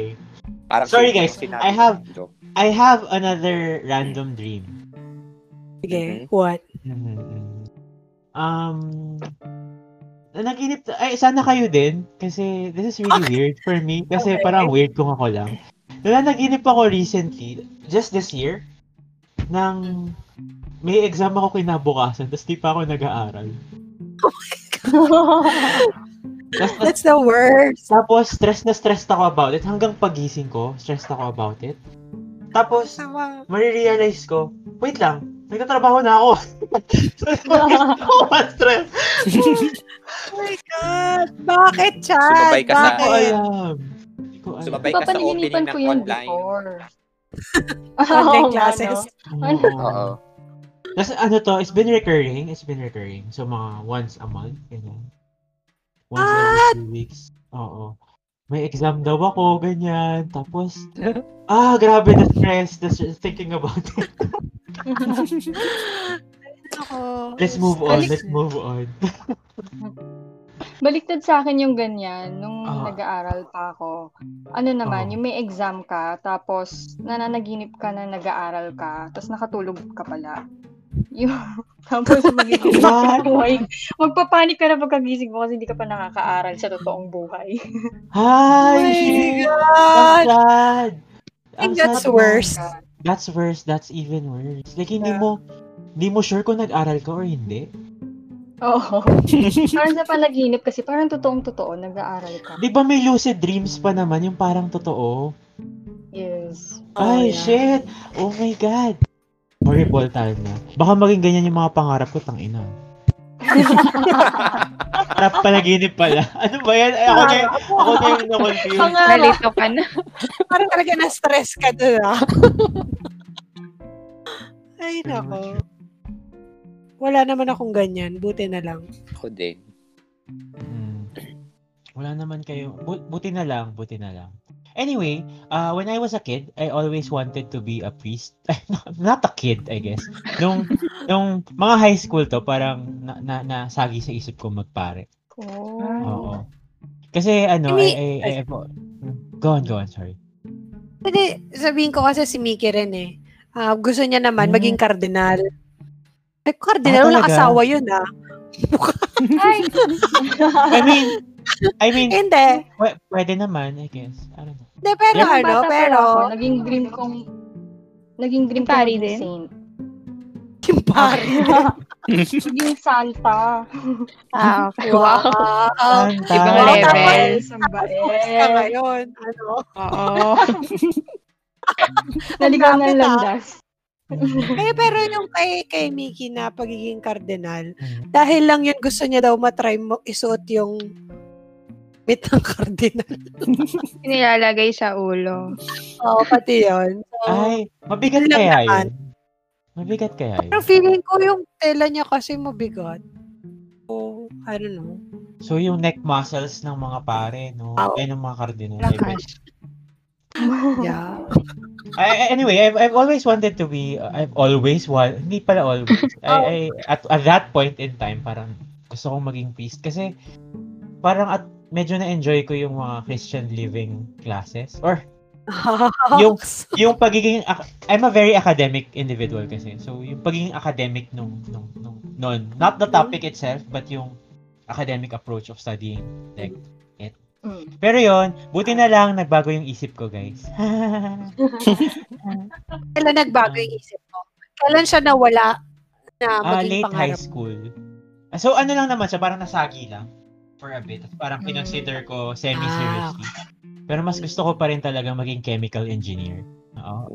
Parang
Sorry,
feeling
guys.
ko sinabi
I have-
ng joke.
I have another random dream.
Sige,
Mhm.
what?
Mhm. Um, naginip, ay, sana kayo din, kasi this is really weird for me, kasi
Okay.
parang weird kung ako lang. Na naginip ako recently, just this year, nang may exam ako kinabukasan, tapos di pa ako nag-aaral. Tapos, tas-
That's the worst.
tapos, stress na stress ako about it, hanggang pagising ko, stress ako about it. Tapos,
Sama.
marirealize ko, wait lang, nagtatrabaho na ako. so, ako ma-stress.
Oh my God. Bakit, Chad?
Sumabay ka sa-
Hindi ko
Bakit?
alam. Hindi ko alam.
Sumabay ka sa
Papanaginipan
opening
ko
ng
yun
online.
before.
Online
Oo ano? nga,
classes.
no?
Oo.
Oo.
Tapos ano to, it's been recurring, it's been recurring. So mga once a month, ganyan. Once every
Ah!
two weeks. Oo. May exam daw ako, ganyan. Tapos, ah, grabe the stress, the stress thinking about it.
Ako.
Let's move on, let's move on.
Baliktad sa akin yung ganyan nung
Ah.
nag-aaral pa ako. Ano naman,
Ah.
yung may exam ka, tapos nananaginip ka na nag-aaral ka, tapos nakatulog ka pala. Yung, tapos magigising ka
God.
buhay. Magpapanik ka na pagkagising mo kasi hindi ka pa nakakaaral sa totoong buhay.
Oh
Hi,
my
shit! Ang
God.
sad!
I think
Ang
that's
sad
worse.
That's worse. That's even worse. Like, hindi
Yeah.
mo, hindi mo sure kung nag-aral ka or hindi.
Oo. parang sa panaginip kasi parang totoong totoo nag-aaral ka.
Di ba may lucid dreams pa naman yung parang totoo?
Yes.
Ay,
yeah.
shit! Oh my God! Horrible tayo na. Baka maging ganyan yung mga pangarap ko, tangina. Harap panaginip pala. Ano ba yan? Ay, ako na, yung- ako na yung na-confuse.
Pangarap.
Nalito ka na.
Parang talaga na-stress ka doon, ah. Ay, nako. Wala naman akong ganyan. Buti na lang.
Ako din.
Mm. Wala naman kayo. Bu- buti na lang, buti na lang. Anyway, uh, when I was a kid, I always wanted to be a priest. Not a kid, I guess. Nung, nung mga high school to, parang na, na, nasagi sa isip ko magpare.
Oh.
Oo. Kasi ano,
Hindi-
I, I, I, go on, go on, sorry.
Hindi, sabihin ko kasi si Mickey rin eh. Ah, gusto niya naman
Hmm.
maging kardinal. Eh,
Ah,
kardinal, walang
talaga?
asawa yun ah.
Ay!
I mean, I mean,
Hindi.
pwe- pwede naman, I guess. I don't know.
Hindi, pero
Yung
ano,
Bata pa
pero...
ako, naging dream kong naging dream kong
Pari
maging
din?
saint.
Yung pare.
Naging santa.
Ah, okay.
Wow.
Wow.
Oh,
Santa.
ibang
Wow.
level.
Tapos, tapos ka
Sambael.
ngayon. Ano?
Oo.
Naligaw
Ang
ng
lapit, ah.
landas.
Eh, pero yung kay, kay Mickey na pagiging kardinal,
Mm.
dahil lang yun gusto niya daw matry mo isuot yung bit ng kardinal.
Nilalagay sa ulo.
Oo, pati yun. So,
Ay, mabigat
Alam
kaya
naman.
yun? Mabigat kaya yun?
pero feeling ko yung tela niya kasi mabigat. So, I don't know.
So, yung neck muscles ng mga pare, no?
Oo.
Ay, ng mga cardinal.
Lakas.
Yeah.
I, I- anyway, I've, I've always wanted to be, uh, I've always wanted, hindi pala always. I, I, at, at that point in time, parang gusto kong maging priest. Kasi, parang at, medyo na-enjoy ko yung mga Christian living classes. Or, Yung- yung pagiging ac- I'm a very academic individual kasi. So yung pagiging academic nung nung nung noon, not the topic itself but yung academic approach of studying like it.
Mm.
Pero yon, buti na lang nagbago yung isip ko, guys.
Kailan nagbago yung isip mo? Kailan siya nawala na
Ah,
maging
late high
pangarap?
school. Ah, So ano lang naman siya, parang nasagi lang for a bit. At Parang
Mm.
kinonsider ko
Hmm.
semi-seriously.
Ah,
Pero mas gusto ko pa rin talaga maging chemical engineer. Oo.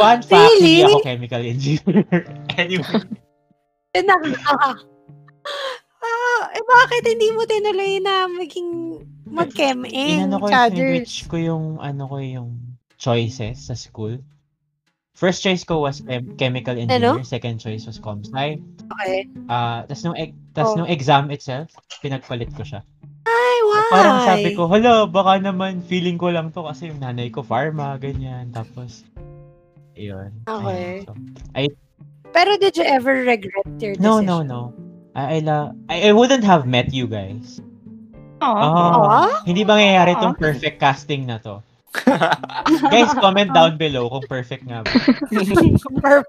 Fun fact, hindi
Hmm. Really?
ako chemical engineer. anyway.
Eh, na, ah, ah, eh, bakit hindi mo tinuloy na maging mag-chem-ing?
Inano ko,
Chadder?
sandwich ko yung, ano ko yung choices sa school. First choice ko was chem- chemical
Ano?
engineer, second choice was comp sci.
Okay.
Ah, tas nung, e- tas
Oh.
nung exam itself, pinagpalit ko siya.
Ay, why?
Parang sabi ko, hala, baka naman feeling ko lang to kasi yung nanay ko pharma, ganyan. Tapos, yun.
Okay.
Ayun, so,
Pero did you ever regret your
no,
decision?
no, no. I, I, la- I, I wouldn't have met you guys.
Oh.
Ah,
Aw.
Hindi ba nangyayari
Ah.
tong perfect casting na to? Guys, comment down below kung perfect nga ba.
Or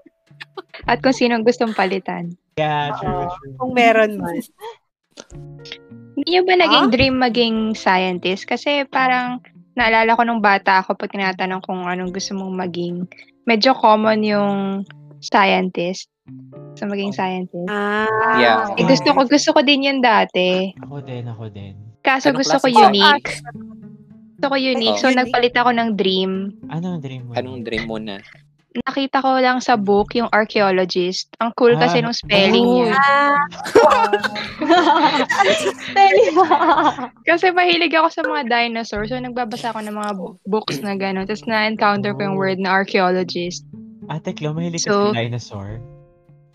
At kung sinong gustong palitan.
Ah.
Yeah, true, true.
Kung meron man.
Hindi nyo ba
Ah?
naging dream maging scientist? Kasi parang naalala ko nung bata ako pag tinatanong kung anong gusto mong maging. Medyo common yung scientist. So
Oh.
maging scientist.
Ah.
Yeah.
Eh, gusto ko, gusto ko din yun dati.
Ako din, ako din.
Kaso
Ano
Anong
gusto ko
klaseng
unique. Gusto ko unique.
Oh.
So
Unique.
nagpalit ako ng dream.
Ano ang dream mo?
Anong dream mo na?
nakita ko lang sa book yung archaeologist. Ang cool
Ah.
kasi nung spelling
Oh.
niya.
Ah,
Kasi mahilig ako sa mga dinosaurs. So, nagbabasa ako ng mga books na gano'n. Tapos na-encounter ko yung
Oh.
word na archaeologist
Ate Clo, mahilig ka
So-
sa dinosaur.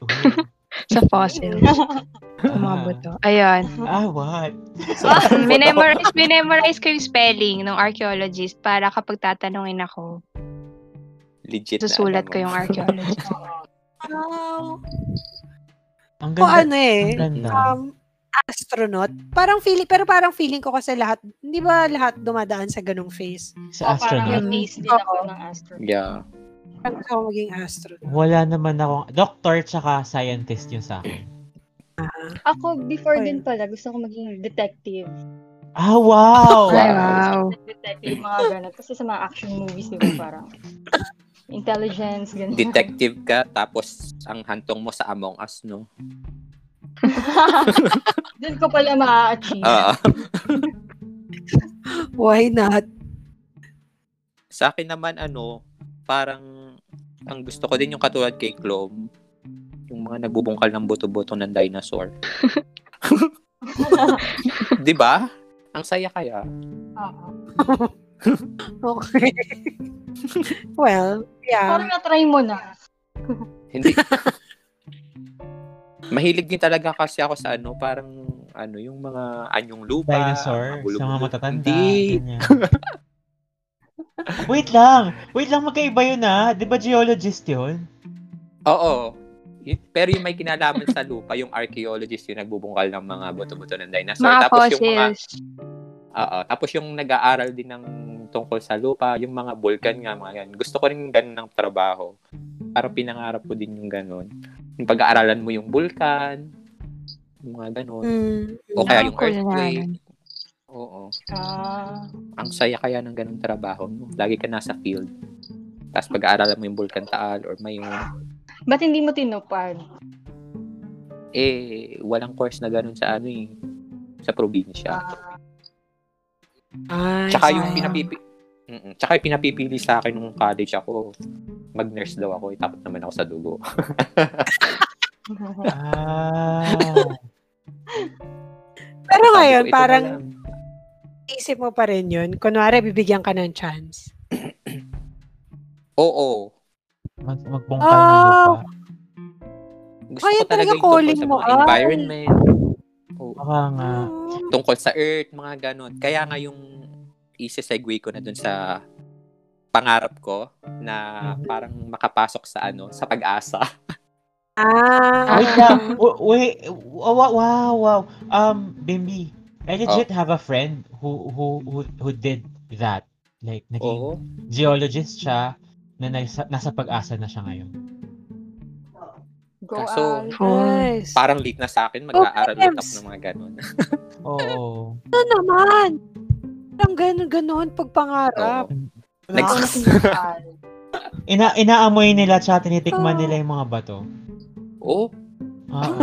Ooh.
sa fossil. sa mga
Ah.
buto. Ayun.
Ah, what?
Ah, minemorize, minemorize ko yung spelling ng archaeologist para kapag tatanungin ako,
Legit na. ano
susulat ko yung archaeologist.
wow.
Ang
O
ganda.
ano eh.
Ang ganda.
um, astronaut. Parang feeling, pero parang feeling ko kasi lahat, hindi ba lahat dumadaan sa ganong phase?
Sa astronaut.
Parang
yun.
nag-base din ako
Oo.
ng astronaut.
Yeah.
Parang gusto ko maging astronaut.
Wala naman akong... Doctor tsaka scientist yung sa akin.
Ako, before
Oy.
din pala, gusto ko maging detective.
Ah, wow!
Ay, wow.
Detective, mga ganun. Kasi sa mga action movies, di ba, parang intelligence, ganun.
Detective ka, tapos ang hantong mo sa Among Us, no?
Doon ko pala ma-achieve.
Ah,
Why not?
sa akin naman, ano, parang ang gusto ko din yung katulad kay Clove, yung mga nagbubungkal ng buto-buto ng dinosaur. Di ba? Ang saya kaya.
Oo.
Okay. well, yeah.
Parang na-try mo na.
Hindi. Mahilig din talaga kasi ako sa ano, parang ano, yung mga anyong lupa.
Dinosaur,
bulubog-
sa mga matatanda.
Ah, Hindi.
ganyan. Wait lang! Wait lang, magkaiba yun ah! Di ba geologist yun?
Oo. Y- Pero yung may kinalaman sa lupa, yung archaeologist yung nagbubungkal ng mga buto-buto ng dinosaur.
Mga
tapos yung mga,
fossils.
oo, tapos yung nag-aaral din ng tungkol sa lupa, yung mga vulkan nga, mga yan. Gusto ko rin ganun ng trabaho. Parang pinangarap ko din yung ganun. Yung pag-aaralan mo yung vulkan, yung mga ganun.
Mm,
O kaya
Ang
yung
cool
earthquake. Oo.
Ah.
Ang saya kaya ng ganung trabaho. no? Lagi ka nasa field. Tapos pag-aaralan mo yung vulkan taal or may
Ba't hindi mo tinupad?
eh, walang course na ganun sa ano eh, sa probinsya.
Ah.
Ay,
Tsaka yung
sayang.
pinapipi Mm-mm. Tsaka yung pinapipili sa akin nung college ako, mag-nurse daw ako, itapot naman ako sa dugo.
Ah!
Pero
Sabi ko,
ngayon,
"Ito na
parang
lang."
isip mo pa rin yun. Kunwari, bibigyan ka ng chance.
Oo.
Mag- magbungkal ng lupa.
Gusto
Kaya
ko talaga
talaga
yung tungkol
calling
sa
mo,
mga
ay.
environment. Oo.
Baka nga.
Mm.
Tungkol sa earth, mga ganun. Kaya nga yung isi-segue ko na dun sa pangarap ko na
Mm-hmm.
Mhm.
parang makapasok sa ano, sa pag-asa.
Ah,
Wait lang. W- Wait. Wow, wow, wow. Um, Bimbi, I legit have a friend who who who, who did that. Like, naging
Oo.
geologist siya na nasa, nasa pag-asa na siya ngayon.
Go
Kaso,
Al.
Nice.
Parang late na sa akin, mag-aaral
Okay,
ulit ako
Ems.
ng mga ganun.
Oo.
Ano naman? Parang ganun, ganun pagpangarap.
Oo. Next.
Al.
Ina inaamoy nila tsaka tinitikman
Oo.
nila yung mga bato.
Oo.
Oo.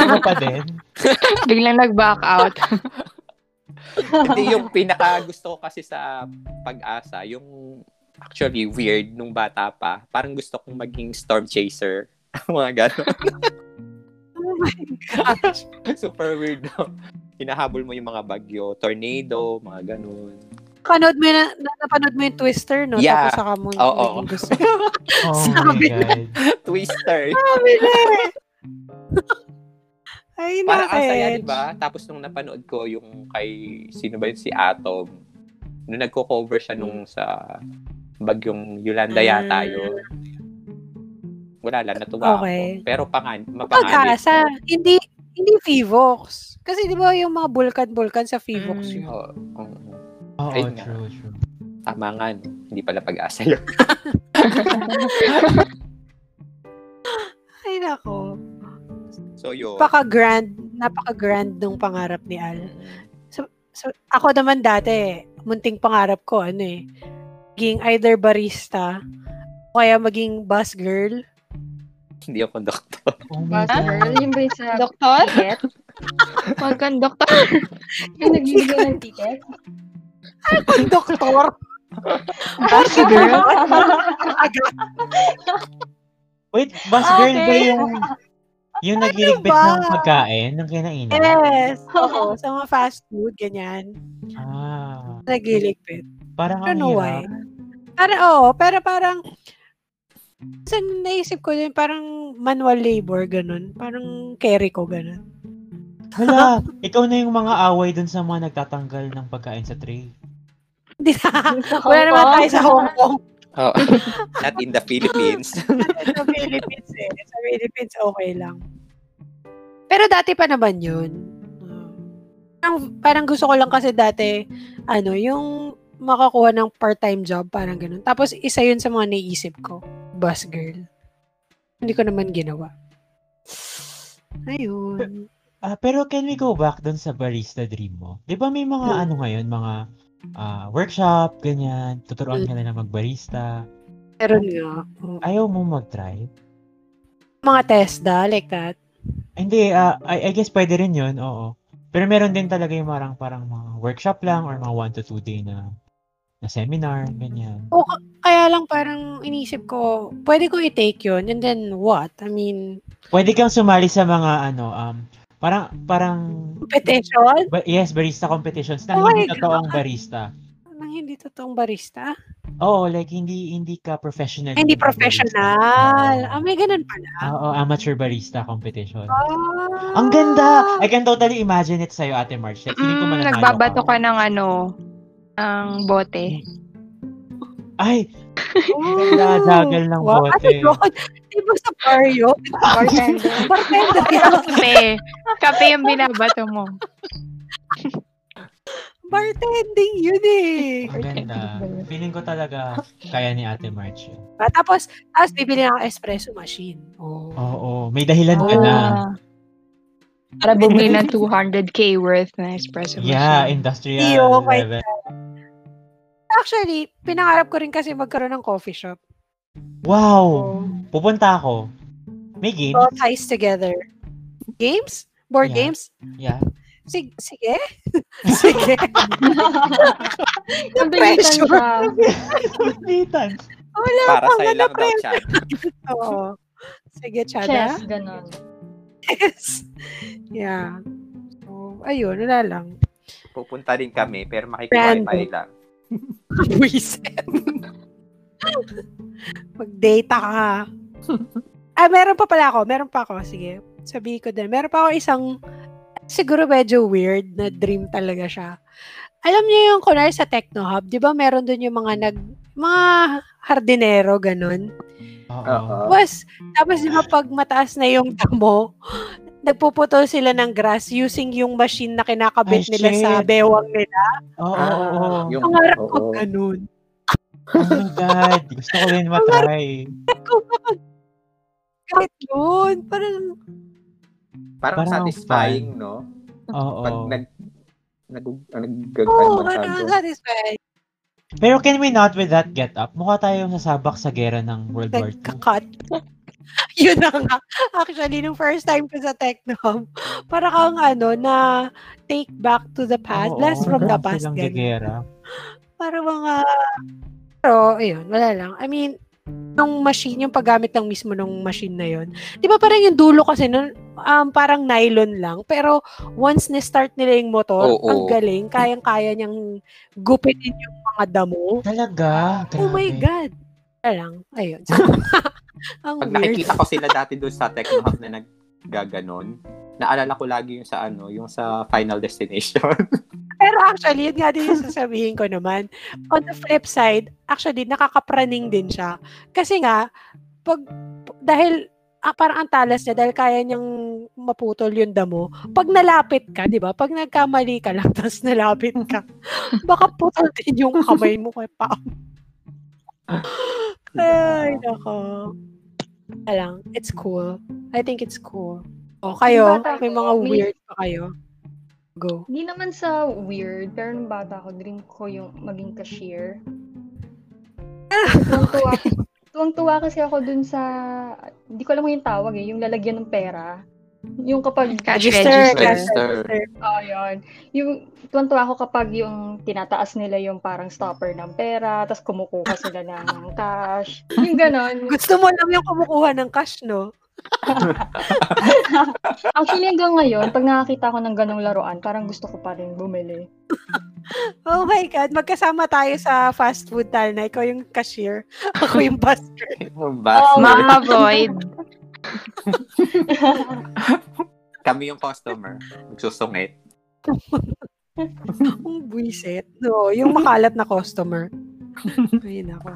Ano pa din?
Biglang nag-back out.
Hindi, yung pinaka gusto ko kasi sa pag-asa, yung actually weird nung bata pa. Parang gusto kong maging storm chaser. mga gano'n.
Oh my
Super weird. No? Hinahabol mo yung mga bagyo, tornado, mga gano'n.
Panood mo yun, na, na- napanood mo yung Twister, no?
Yeah.
Tapos saka mo
Oo.
naging gusto.
Oh my
Sabi na.
God.
Twister.
Ay,
Parang ang
nakaka-edge.
saya, di ba? Tapos nung napanood ko yung kay, sino ba yun, si Atom. Nung nagko-cover siya nung sa bagyong Yolanda
Ah.
yata yun. Wala lang, natuwa
Okay.
ako. Pero pangan, mapanganib.
Pag-asa. Hindi, hindi Fivox. Kasi di ba yung mga bulkan-bulkan sa Fivox
Mm.
yun?
Oo, oo.
Oo,
Ayun nga.
true, true.
oh, Tama nga, no? hindi pala pag-asa yun.
Ay, nako.
So, yun.
Napaka-grand, napaka-grand nung pangarap ni Al. So, ako naman dati, munting pangarap ko, ano eh, maging either barista, o kaya maging bus girl.
hindi ako doktor.
Oh my
Basta girl,
God.
yung ba yung sa
Doktor?
ticket?
Huwag kang doktor.
Yung nagbibigay ng ticket?
Doktor!
Bus girl?
Wait, bus girl ba
Okay.
yung yung nagliligpit
Ano ba? Eh.
ng pagkain, ng kinainan?
Yes! Oo, sa mga fast food, ganyan.
Ah,
Nagiligpit.
parang ang
I don't know why.
hirap.
Parang, oo, pero parang, sa naisip ko din, parang manual labor, ganun. Parang carry ko, ganun.
Hala, ikaw na yung mga away dun sa mga nagtatanggal ng pagkain sa tray.
Hindi na. Wala naman tayo sa Hong Kong.
Oh, not in the Philippines.
sa Philippines eh. Sa Philippines, okay lang. Pero dati pa naman yun. Parang, parang gusto ko lang kasi dati, ano, yung makakuha ng part-time job, parang ganun. Tapos, isa yun sa mga naisip ko. Bus girl. Hindi ko naman ginawa. Ayun.
Ah, pero can we go back dun sa barista dream mo? Di ba may mga
Mm.
ano ngayon, mga ah, workshop, ganyan, tuturuan ka
Hmm.
na magbarista.
Meron nga. oo.
Ayaw mo mag-try?
Mga TESDA, like that.
Hindi, ah, I, I guess pwede rin yun, oo. Pero meron din talaga yung parang, parang mga workshop lang or mga 1 to 2 day na na seminar, ganyan.
O, ka- kaya lang parang inisip ko, pwede ko i-take yun, and then what? I mean,
Pwede kang sumali sa mga ano, um, parang, parang,
competition?
ba- yes, barista competitions na
Oh my
hindi
God.
totoong barista.
Nang hindi totoong barista?
Oo, like hindi hindi ka professional.
Hindi
na barista.
professional.
Oo.
Ah, may ganun pala.
Oo, amateur barista competition.
Ah.
Ang ganda! I can totally imagine it sa'yo, Ate March. Like, feeling ko
Mm,
mananalo ka.
nagbabato ka ng ano, ng
Mm.
bote.
Ay!
Ang
ganda, jagal ng bote.
Ano yun? Di ba sa bar yun?
Bartender.
Bartender yun.
Kape. Kape yung binabato mo.
Bartending yun eh.
Ang ganda. Feeling ko talaga kaya ni Ate March yun.
Ah, tapos, tapos bibili ng espresso machine. Oh.
Oo, may dahilan ka na.
Ah. Para bumili ng 200k worth na espresso
Yeah,
machine.
industrial
Ah. Iyo, oh my
level.
Actually, pinangarap ko rin kasi magkaroon ng coffee shop.
Wow!
Oh.
Pupunta ako. May game?
All ties together. Games? Board
Yeah.
games?
Yeah.
Sig- sige. sige.
Yung bilisan
Pressure.
siya.
Pilitan.
Wala
Para
pang
sa'yo
ano,
lang daw,
pre-
Chad.
Oo. Sige, Chada.
Chess, ganun.
Yes. Yeah. So, ayun, wala lang.
Pupunta rin kami, pero makikiwalay lang.
Reset. Mag-data ka. ah, meron pa pala ako. Meron pa ako. Sige. Sabi ko din. Meron pa ako isang, siguro medyo weird na dream talaga siya. Alam niyo yung kunwari sa Techno Hub, di ba meron dun yung mga nag, mga hardinero, ganun.
Oo.
Tapos, tapos di ba pag mataas na yung damo, nagpuputol sila ng grass using yung machine na kinakabit
Ay,
nila sa
shit.
bewang nila.
Oo,
Ah,
oo, oo.
yung-
Pangarap ko
oo.
ganun.
Oh my God. Gusto ko rin matry.
Kung kapag kahit yun, parang
Parang,
Parang
satisfying, no?
Oo.
Pag nag nag nag nag
Oo, oh,
ano ba tawag doon?
satisfied.
Pero can we not with that get up? Mukha tayong sasabak sa gera ng World War II.
Nagka-cut. Yun na nga. Actually, nung first time ko sa Technom, para kang ano, na take back to the past,
Oo,
blast from the
parang
past.
silang
Ganun.
gagera.
Para mga... Pero, ayun, wala lang. I mean, nung machine, yung paggamit lang mismo nung machine na yun. Di ba parang yung dulo kasi nun, um, parang nylon lang. Pero once ni-start nila yung motor,
Oo.
ang galing, kayang-kaya niyang gupitin yung mga damo.
Talaga?
Oh my
Grabe.
God! Wala lang. Ayun. ang
Pag
weird.
nakikita ko sila dati doon sa Technohub na naggaganon, naalala ko lagi yung sa ano, yung sa Final Destination.
Pero actually, yun nga din yung sasabihin ko naman. On the flip side, actually, nakakapraning din siya. Kasi nga, pag, dahil, ah, parang ang talas niya, dahil kaya niyang maputol yung damo, pag nalapit ka, di ba? Pag nagkamali ka lang, tapos nalapit ka, baka putol din yung kamay mo kay pa. Ay, nako. Alang, it's cool. I think it's cool. O, kayo,
Bata
may
ko,
mga
may-
weird pa kayo. Go.
Hindi naman sa weird, pero nung bata ako, dream ko yung maging cashier. Tuwang-tuwa, tuwang-tuwa kasi ako dun sa, hindi ko alam kung yung tawag eh, yung lalagyan ng pera. Yung kapag,
Cash
Register,
register.
cash
Register.
register.
oh yun, yung tuwang-tuwa ako kapag yung tinataas nila yung parang stopper ng pera, tapos kumukuha sila ng cash. Yung ganon.
Gusto mo lang yung kumukuha ng cash, no?
Actually hanggang ngayon, pag nakakita ko ng ganong laruan, parang gusto ko pa rin bumili.
Oh my God, magkasama tayo sa fast food tal na ikaw yung cashier, ako yung buster.
Yung basket.
Mapavoid.
Kami yung customer. Magsusungit.
Ang buisit. No, yung makalat na customer. Ayun ako.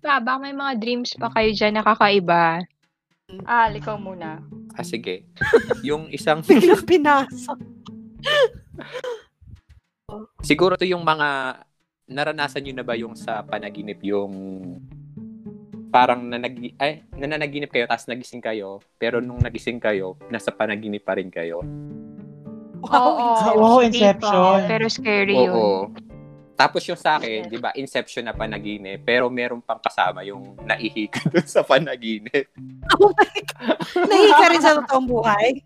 Pa, baka may mga dreams pa kayo dyan nakakaiba.
Ah, likaw muna.
Ah, sige. Yung isang,
Biglang pinasok.
siguro to yung mga, naranasan nyo na ba yung sa panaginip yung parang nanag ay nananaginip kayo tapos nagising kayo pero nung nagising kayo nasa panaginip pa rin kayo
Wow.
Wow, wow, Oh, Inception.
Pero scary yun.
Oo. Tapos yung sa akin, di ba, inception na panaginip, pero meron pang kasama yung naihi ka dun sa panaginip.
Oh my God. Nahi ka rin sa totoong buhay.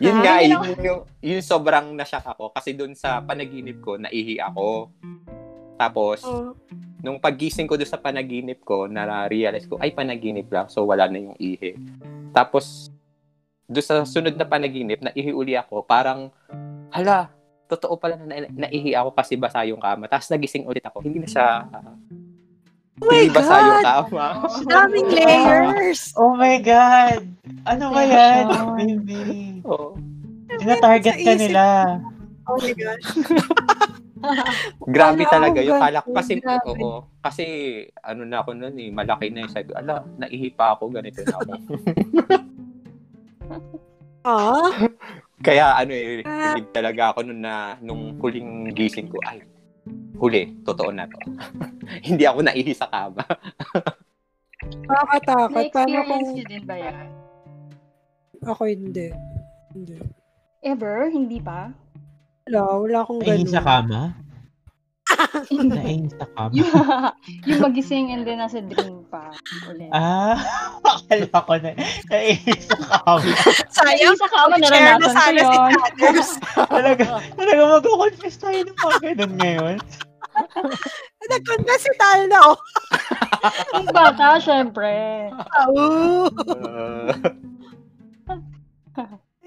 Yun
Ah,
nga,
yun
yun, yung, yun sobrang nasyak ako kasi dun sa panaginip ko, naihi ako. Tapos,
Oh.
nung pagising ko doon sa panaginip ko, na-realize ko, ay, panaginip lang. So, wala na yung ihi. Tapos, doon sa sunod na panaginip, naihi uli ako. Parang, hala, totoo pala na na- naihi ako kasi basa yung kama. Tapos, nagising ulit ako. Hindi na siya,
Oh my
hindi basa yung
God!
kama.
Daming layers!
Oh my God! Ano ba yan?
Inception.
Baby.
Oo.
Tinatarget
Ano Sa
ka
isip.
nila.
Oh my gosh.
Grabe
Wala,
talaga yung
hanggang-
kalak. Kasi,
grabe.
oo. Kasi, ano na ako nun eh, malaki na yung sabi. ko, Ala, naihi pa ako, ganito na ako.
Ah,
Kaya ano eh,
Ah.
relieved talaga ako nung na nung huling gising ko. Ay, huli, totoo na to. Hindi ako naihi sa kama.
nakakatakot. Paano
Na-experience
kung
niyo din ba yan?
ako hindi? Hindi.
Ever? Hindi pa?
Wala, wala akong
Naihi
ganun.
sa kama? Naihi sa kama?
yung, yung magising and then nasa dream pa. Ulit.
Ah, akala ko na. Naihi sa kama.
Sayang,
Isa ka ako
share na
naranasan ko
sana si
yun.
Tanners.
Talaga, talaga mag-confess tayo ng mga ganun ngayon.
Nag-confess si Tal na, oh.
Yung bata, syempre.
Oo.
Uh,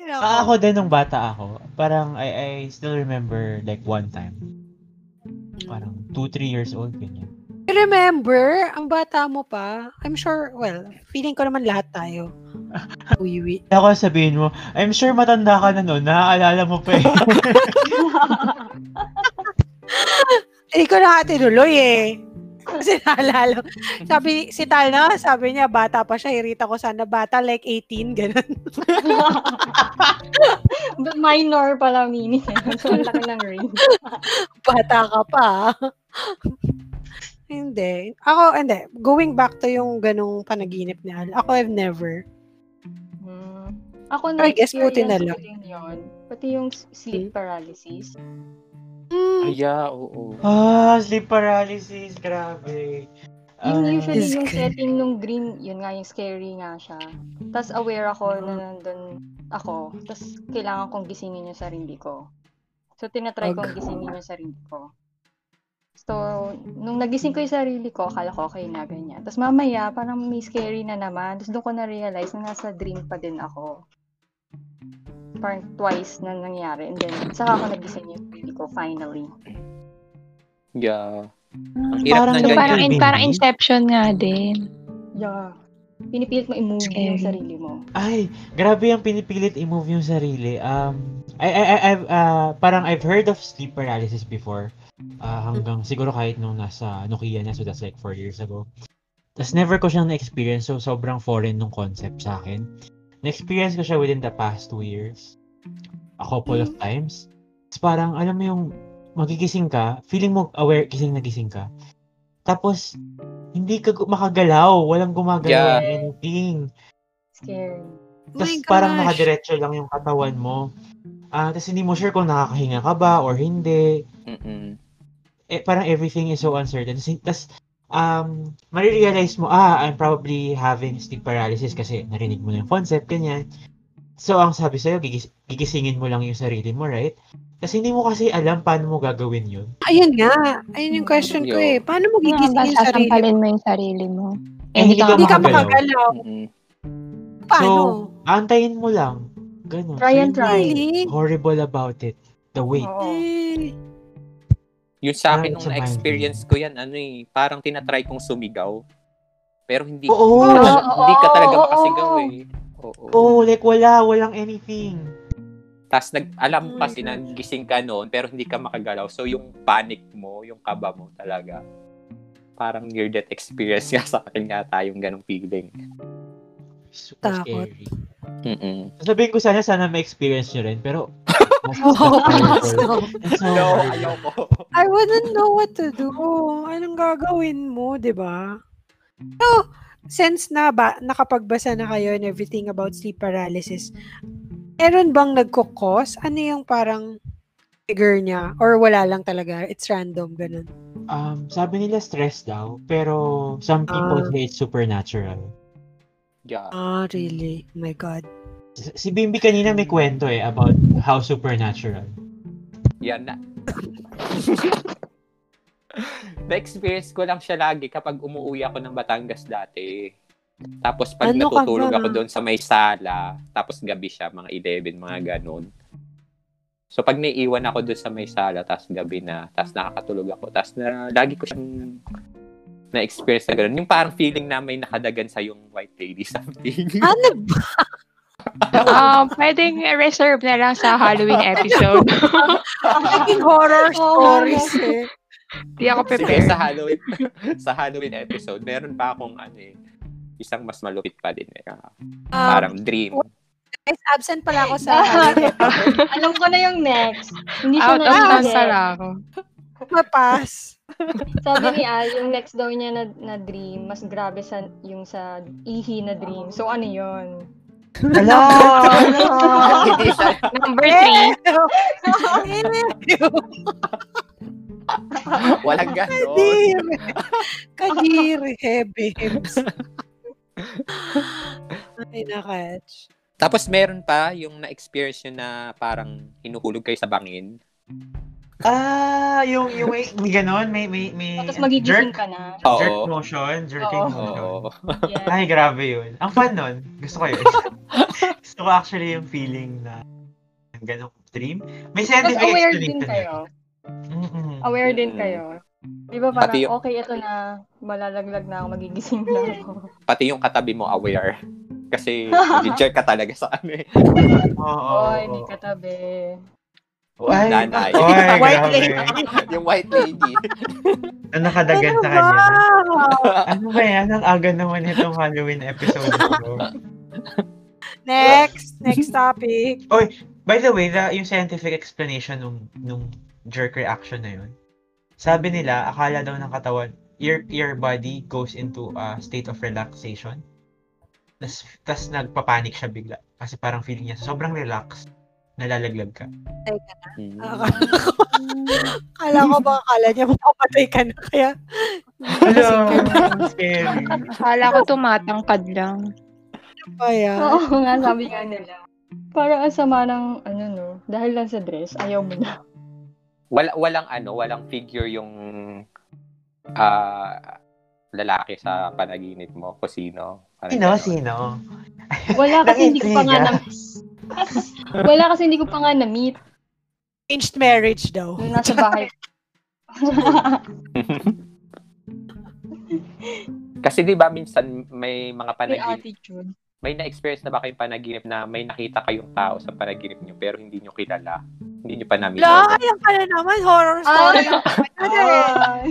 Ah, ako din nung bata ako. Parang I, I still remember like one time. Parang 2-3 years old, ganyan.
Remember, ang bata mo pa, I'm sure, well, feeling ko naman lahat tayo. Uwi.
Ako sabihin mo, I'm sure matanda ka na noon, naaalala mo pa eh.
Hindi ko na ate tuloy eh. Kasi naalala, ko. sabi si Tal na, sabi niya, bata pa siya, irita ko sana bata, like 18, ganun.
But minor pala meaning. eh. So, ang laki ng range.
Bata ka pa. ah. hindi. Ako, hindi. Going back to yung ganung panaginip ni Al, ako I've never.
Hmm. Ako na
I guess buti na
experience ko din yun. Pati yung s- sleep paralysis.
Mm,
Ay, yeah, oo.
Ah, sleep paralysis. Grabe.
Yung
Ah,
usually
Is-
yung setting nung green, yun nga yung scary nga siya. Tapos aware ako na nandun ako. Tapos kailangan kong gisingin yung sarili ko. So tinatry
Wag.
kong gisingin yung sarili ko. So, nung nagising ko yung sarili ko, akala ko okay na ganyan. Tapos mamaya, parang may scary na naman. Tapos doon ko na-realize na nasa dream pa din ako. Parang twice na nangyari. And then, saka ako nagising yung sarili ko, finally.
Yeah. Ang hirap
Parang
na eh.
So,
Ganyan
parang,
yun,
in,
Bimbi.
parang inception nga din.
Yeah. Pinipilit mo i-move yung
Scary.
sarili mo.
Ay, grabe yung pinipilit i-move yung sarili. Um, I, I, I, I've, ah, parang I've heard of sleep paralysis before. Ah, hanggang siguro kahit nung nasa Nokia na, so that's like 4 years ago. Tapos never ko siyang na-experience, so sobrang foreign nung concept sa akin. Na-experience ko siya within the past 2 years. A couple of times. Tapos parang, alam mo yung, magigising ka, feeling mo aware, gising na gising ka. Tapos, hindi ka gu- makagalaw, walang gumagalaw
Yeah.
anything.
Scary.
Tapos
my
parang
gosh.
nakadiretso lang yung katawan mo. Ah, tapos hindi mo sure kung nakakahinga ka ba or hindi.
Mm-mm.
Eh, parang everything is so uncertain. Tapos, um, marirealize mo, ah, I'm probably having sleep paralysis kasi narinig mo na yung concept, ganyan. So, ang sabi sa'yo, gigis- gigisingin mo lang yung sarili mo, right? Kasi hindi mo kasi alam paano mo gagawin yun.
Ayun nga. Ayun yung question ko eh. Paano mo
Ano
gigising
ba,
yung sarili?
sasampalin mo yung sarili mo.
Eh, hindi ka
Hindi ka
makagalaw.
makagalaw.
Mm-mm.
Paano?
Antayin mo lang. Ganun.
Try and
So, yun
try.
yung
Really?
Horrible about it. The wait.
Oo.
Yung sa akin,
Parang
nung
sa mind.
na-experience ko yan, ano eh, parang tinatry kong sumigaw. Pero hindi,
Oo!
Oo.
hindi ka talaga
Oo, oo,
makasigaw
oo.
eh. Oo.
Oo, like wala, walang anything.
Tapos nag, alam
Oh
pa
my Mm.
sila, gising ka noon, pero hindi ka makagalaw. So, yung panic mo, yung kaba mo talaga, parang near-death experience nga sa akin nga tayong ganong feeling.
Super
Takot.
scary.
Mm-mm.
Sabihin ko sana, sana ma-experience nyo rin, pero... mas-
Oh,
mas-
no.
It's so
No,
hard.
ayoko.
I wouldn't know what to do. Anong gagawin mo, di ba? So, since na ba, nakapagbasa na kayo and everything about sleep paralysis, meron bang nagkukos? Ano yung parang trigger niya? Or wala lang talaga? It's random, ganun.
Um, sabi nila stress daw, pero some people
Ah.
say it's supernatural.
Yeah.
Ah, really? My God.
S- Si Bimbi kanina may kwento eh about how supernatural.
Yan na. Na-experience ko lang siya lagi kapag umuwi ako ng Batangas dati. Tapos pag
Ano ka
natutulog
ba?
ako doon sa may sala, tapos gabi siya, mga 11, mga ganun. So pag naiiwan ako doon sa may sala, tapos gabi na, tapos nakakatulog ako, tapos na, lagi ko siyang na-experience na ganun. Yung parang feeling na may nakadagan sa yung white lady something.
Ano ba?
Ah, pwedeng reserve na lang sa Halloween episode.
Naging horror
Oh,
Oo.
stories eh.
Hindi ako
Sige,
prepared.
sa Halloween, sa Halloween episode, meron pa akong ano eh, isang mas malupit pa din. Eh. ah,
Um,
parang dream.
guys, absent pala ako sa ano,
Alam ko na yung next. Hindi siya
Out of town
nainggit.
pala ako.
mapas.
Sabi ni Al, yung next daw niya na, na dream, mas grabe sa yung sa ihi na dream. So, ano yun?
Wala!
Hindi siya.
Number three,
Walang ganon.
Kadiri. Kadiri. Hebebs. Ay, nakatch.
Tapos meron pa yung na-experience nyo na parang hinuhulog kayo sa bangin.
Ah, yung, yung, may, may ganon, may, may, may...
Oh, Tapos
Mm. jerk,
magigising ka na.
Jerk
Oo.
motion, jerking
Oo.
motion.
Oo.
Yes.
Ay, grabe yun. Ang fun nun. Gusto ko yun. Gusto ko actually yung feeling na ng ganong dream. May
Tapos
scientific
aware
explanation
din
eh.
kayo.
Mm-mm.
Aware din
Mm.
kayo. Di ba parang,
Pati yung-
okay, ito na, malalaglag na ako, magigising na ako.
Pati yung katabi mo aware. Kasi, di-jerk ka talaga sa ano eh.
Oo. oo,
Oh, hindi
oo.
katabi.
O, ang nanay.
Oy,
White
grabe.
lady.
yung white lady.
Ang nakadagan sa
ba?
kanya. Ano ba yan? Ang aga naman itong Halloween episode ko.
Next, next topic.
By the way, the, yung scientific explanation nung, nung jerk reaction na yun, sabi nila, akala daw ng katawan, your, your body goes into a state of relaxation. Tapos, tas nagpapanik siya bigla. Kasi parang feeling niya, sobrang relax, nalalaglag ka.
Hmm.
Akala ko ba, akala niya mapapatay ka na kaya.
Hello! Scary.
Akala ko tumatangkad lang.
Kaya.
Oo nga, sabi nga nila. Parang ang sama ng, ano no, dahil lang sa dress, ayaw mo na.
Wala, walang ano, walang figure yung ah lalaki sa panaginip mo. Kung sino. Parang
Sino?
ganon.
Sino?
Wala kasi hindi ko pa nga na... Wala kasi hindi ko pa nga na-meet
Changed marriage daw.
nung nasa bahay.
Kasi di ba minsan may mga
May
panaginip
attitude.
may na-experience na ba kayong panaginip na may nakita kayong tao sa panaginip nyo pero hindi nyo kilala? Hindi nyo pa namin
La, ayan ka na naman, horror story.
Ah.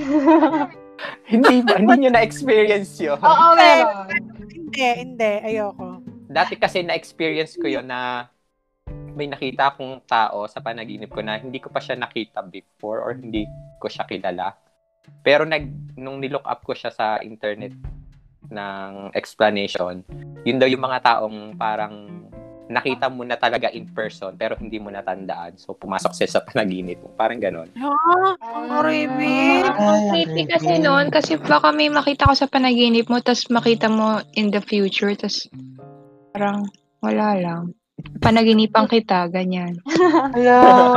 hindi ba? Hindi nyo na-experience yun.
Oo, eh, meron.
hindi, hindi, ayoko.
Dati kasi na-experience ko yun na may nakita akong tao sa panaginip ko na hindi ko pa siya nakita before or hindi ko siya kilala. Pero nag, nung nilook up ko siya sa internet ng explanation, yun daw yung mga taong parang nakita mo na talaga in person pero hindi mo natandaan. So, pumasok siya sa panaginip mo. Parang ganon.
Ha? Ang horrible.
Ang creepy kasi noon kasi baka may makita ko sa panaginip mo tapos makita mo in the future tapos parang wala lang. Panaginipan kita, ganyan.
Hello!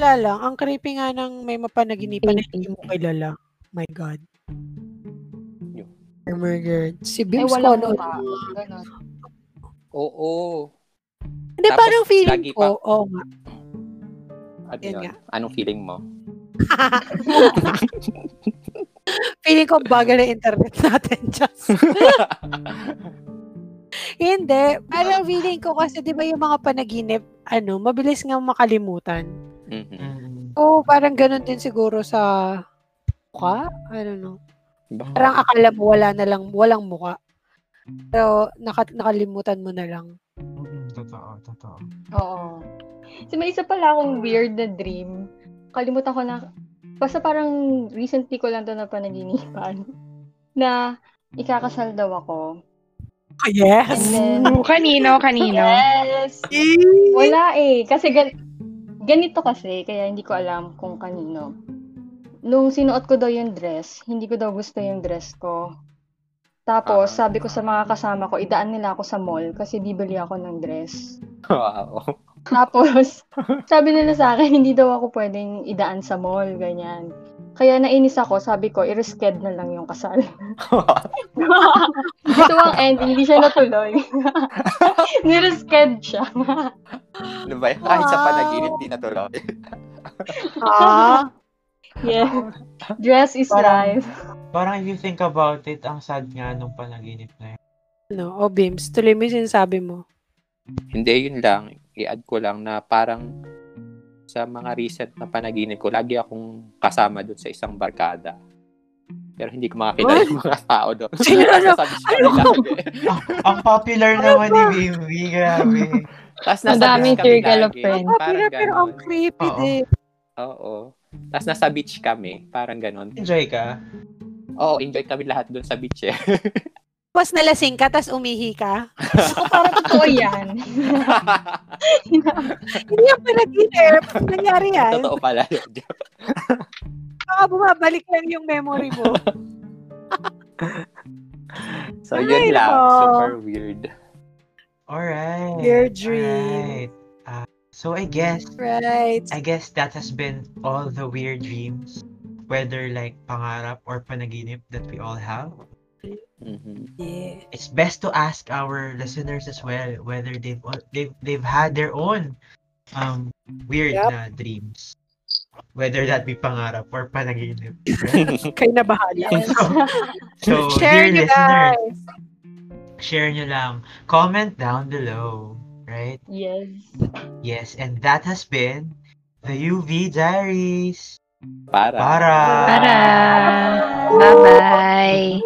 Wala lang. Ang creepy nga ng may mapanaginipan na hindi mo kilala. My God.
Yun.
Oh my God. Si
Ay,
Bims
wala
ko,
mo
ano?
pa. Ganon.
Oo.
Hindi,
Tapos,
parang feeling
lagi
ko.
pa-
Oo nga.
Ano
Yan
yun?
nga.
Anong feeling mo?
Feeling ko bagal na internet natin. Just. hindi. Parang feeling ko kasi di ba yung mga panaginip, ano, mabilis nga makalimutan.
Mhm.
Mm.
Oo, parang ganun din siguro sa mukha. I don't know.
Baka-
Parang akala mo wala na lang, walang mukha. Pero naka- nakalimutan mo na lang.
Mm, Totoo, totoo.
Oo. Kasi may isa pala akong weird na dream. Kalimutan ko na, basta parang recently ko lang to na panaginipan. Na ikakasal daw ako.
yes!
And then,
Kanino, kanino?
yes! Wala eh. Kasi gan- ganito kasi, kaya hindi ko alam kung kanino. Nung sinuot ko daw yung dress, hindi ko daw gusto yung dress ko. Tapos,
Ah.
sabi ko sa mga kasama ko, idaan nila ako sa mall kasi bibili ako ng dress.
Wow.
Tapos, sabi nila sa akin, hindi daw ako pwedeng idaan sa mall, ganyan. Kaya nainis ako, sabi ko, i-risked na lang yung kasal. Ito ang ending, hindi siya natuloy. Nirisked siya.
ano ba yan? Kahit sa panaginip, di natuloy.
Ah,
Yeah. Dress is
Parang-
life.
Parang if you think about it, ang sad nga nung panaginip na yun.
no. O, Bims, tuloy mo yung sinasabi mo.
Hindi, yun lang. I-add ko lang na parang sa mga recent na panaginip ko, lagi akong kasama doon sa isang barkada. Pero hindi ko makakita yung mga tao doon.
Sino na-
Nasasabi siya
Ano?
lagi.
Ang popular naman ni Baby, grabe.
Tapos nasa
Madami
beach kami
circle of
lagi.
friends.
Oh,
Parang
pero, pero
ganon.
ang creepy
Oo.
din.
Oo. Tapos nasa beach kami. Parang ganon.
Enjoy ka.
Oo, enjoy kami lahat doon sa beach eh.
Tapos nalasing ka, tapos umihi ka.
Ako parang totoo yan.
Hindi yung panaginip. Nangyari yan.
Totoo pala yun.
Baka bumabalik lang yung memory mo.
So,
Ay,
yun lang.
nako.
Super weird.
Alright.
Your dream.
Alright. Ah, so I guess
Right.
I guess that has been all the weird dreams, whether like pangarap or panaginip that we all have.
Mhm.
Yeah.
It's best to ask our listeners as well whether they've al- they've, they've had their own um weird
Yup.
na dreams, whether that be pangarap or panaginip. right?
Kayo na bahala.
so
Share
dear
nyo
listeners,
guys.
share nyo lang. Comment down below. right?
Yes.
Yes, and that has been the UV Diaries.
Para.
Para.
Para. Bye-bye.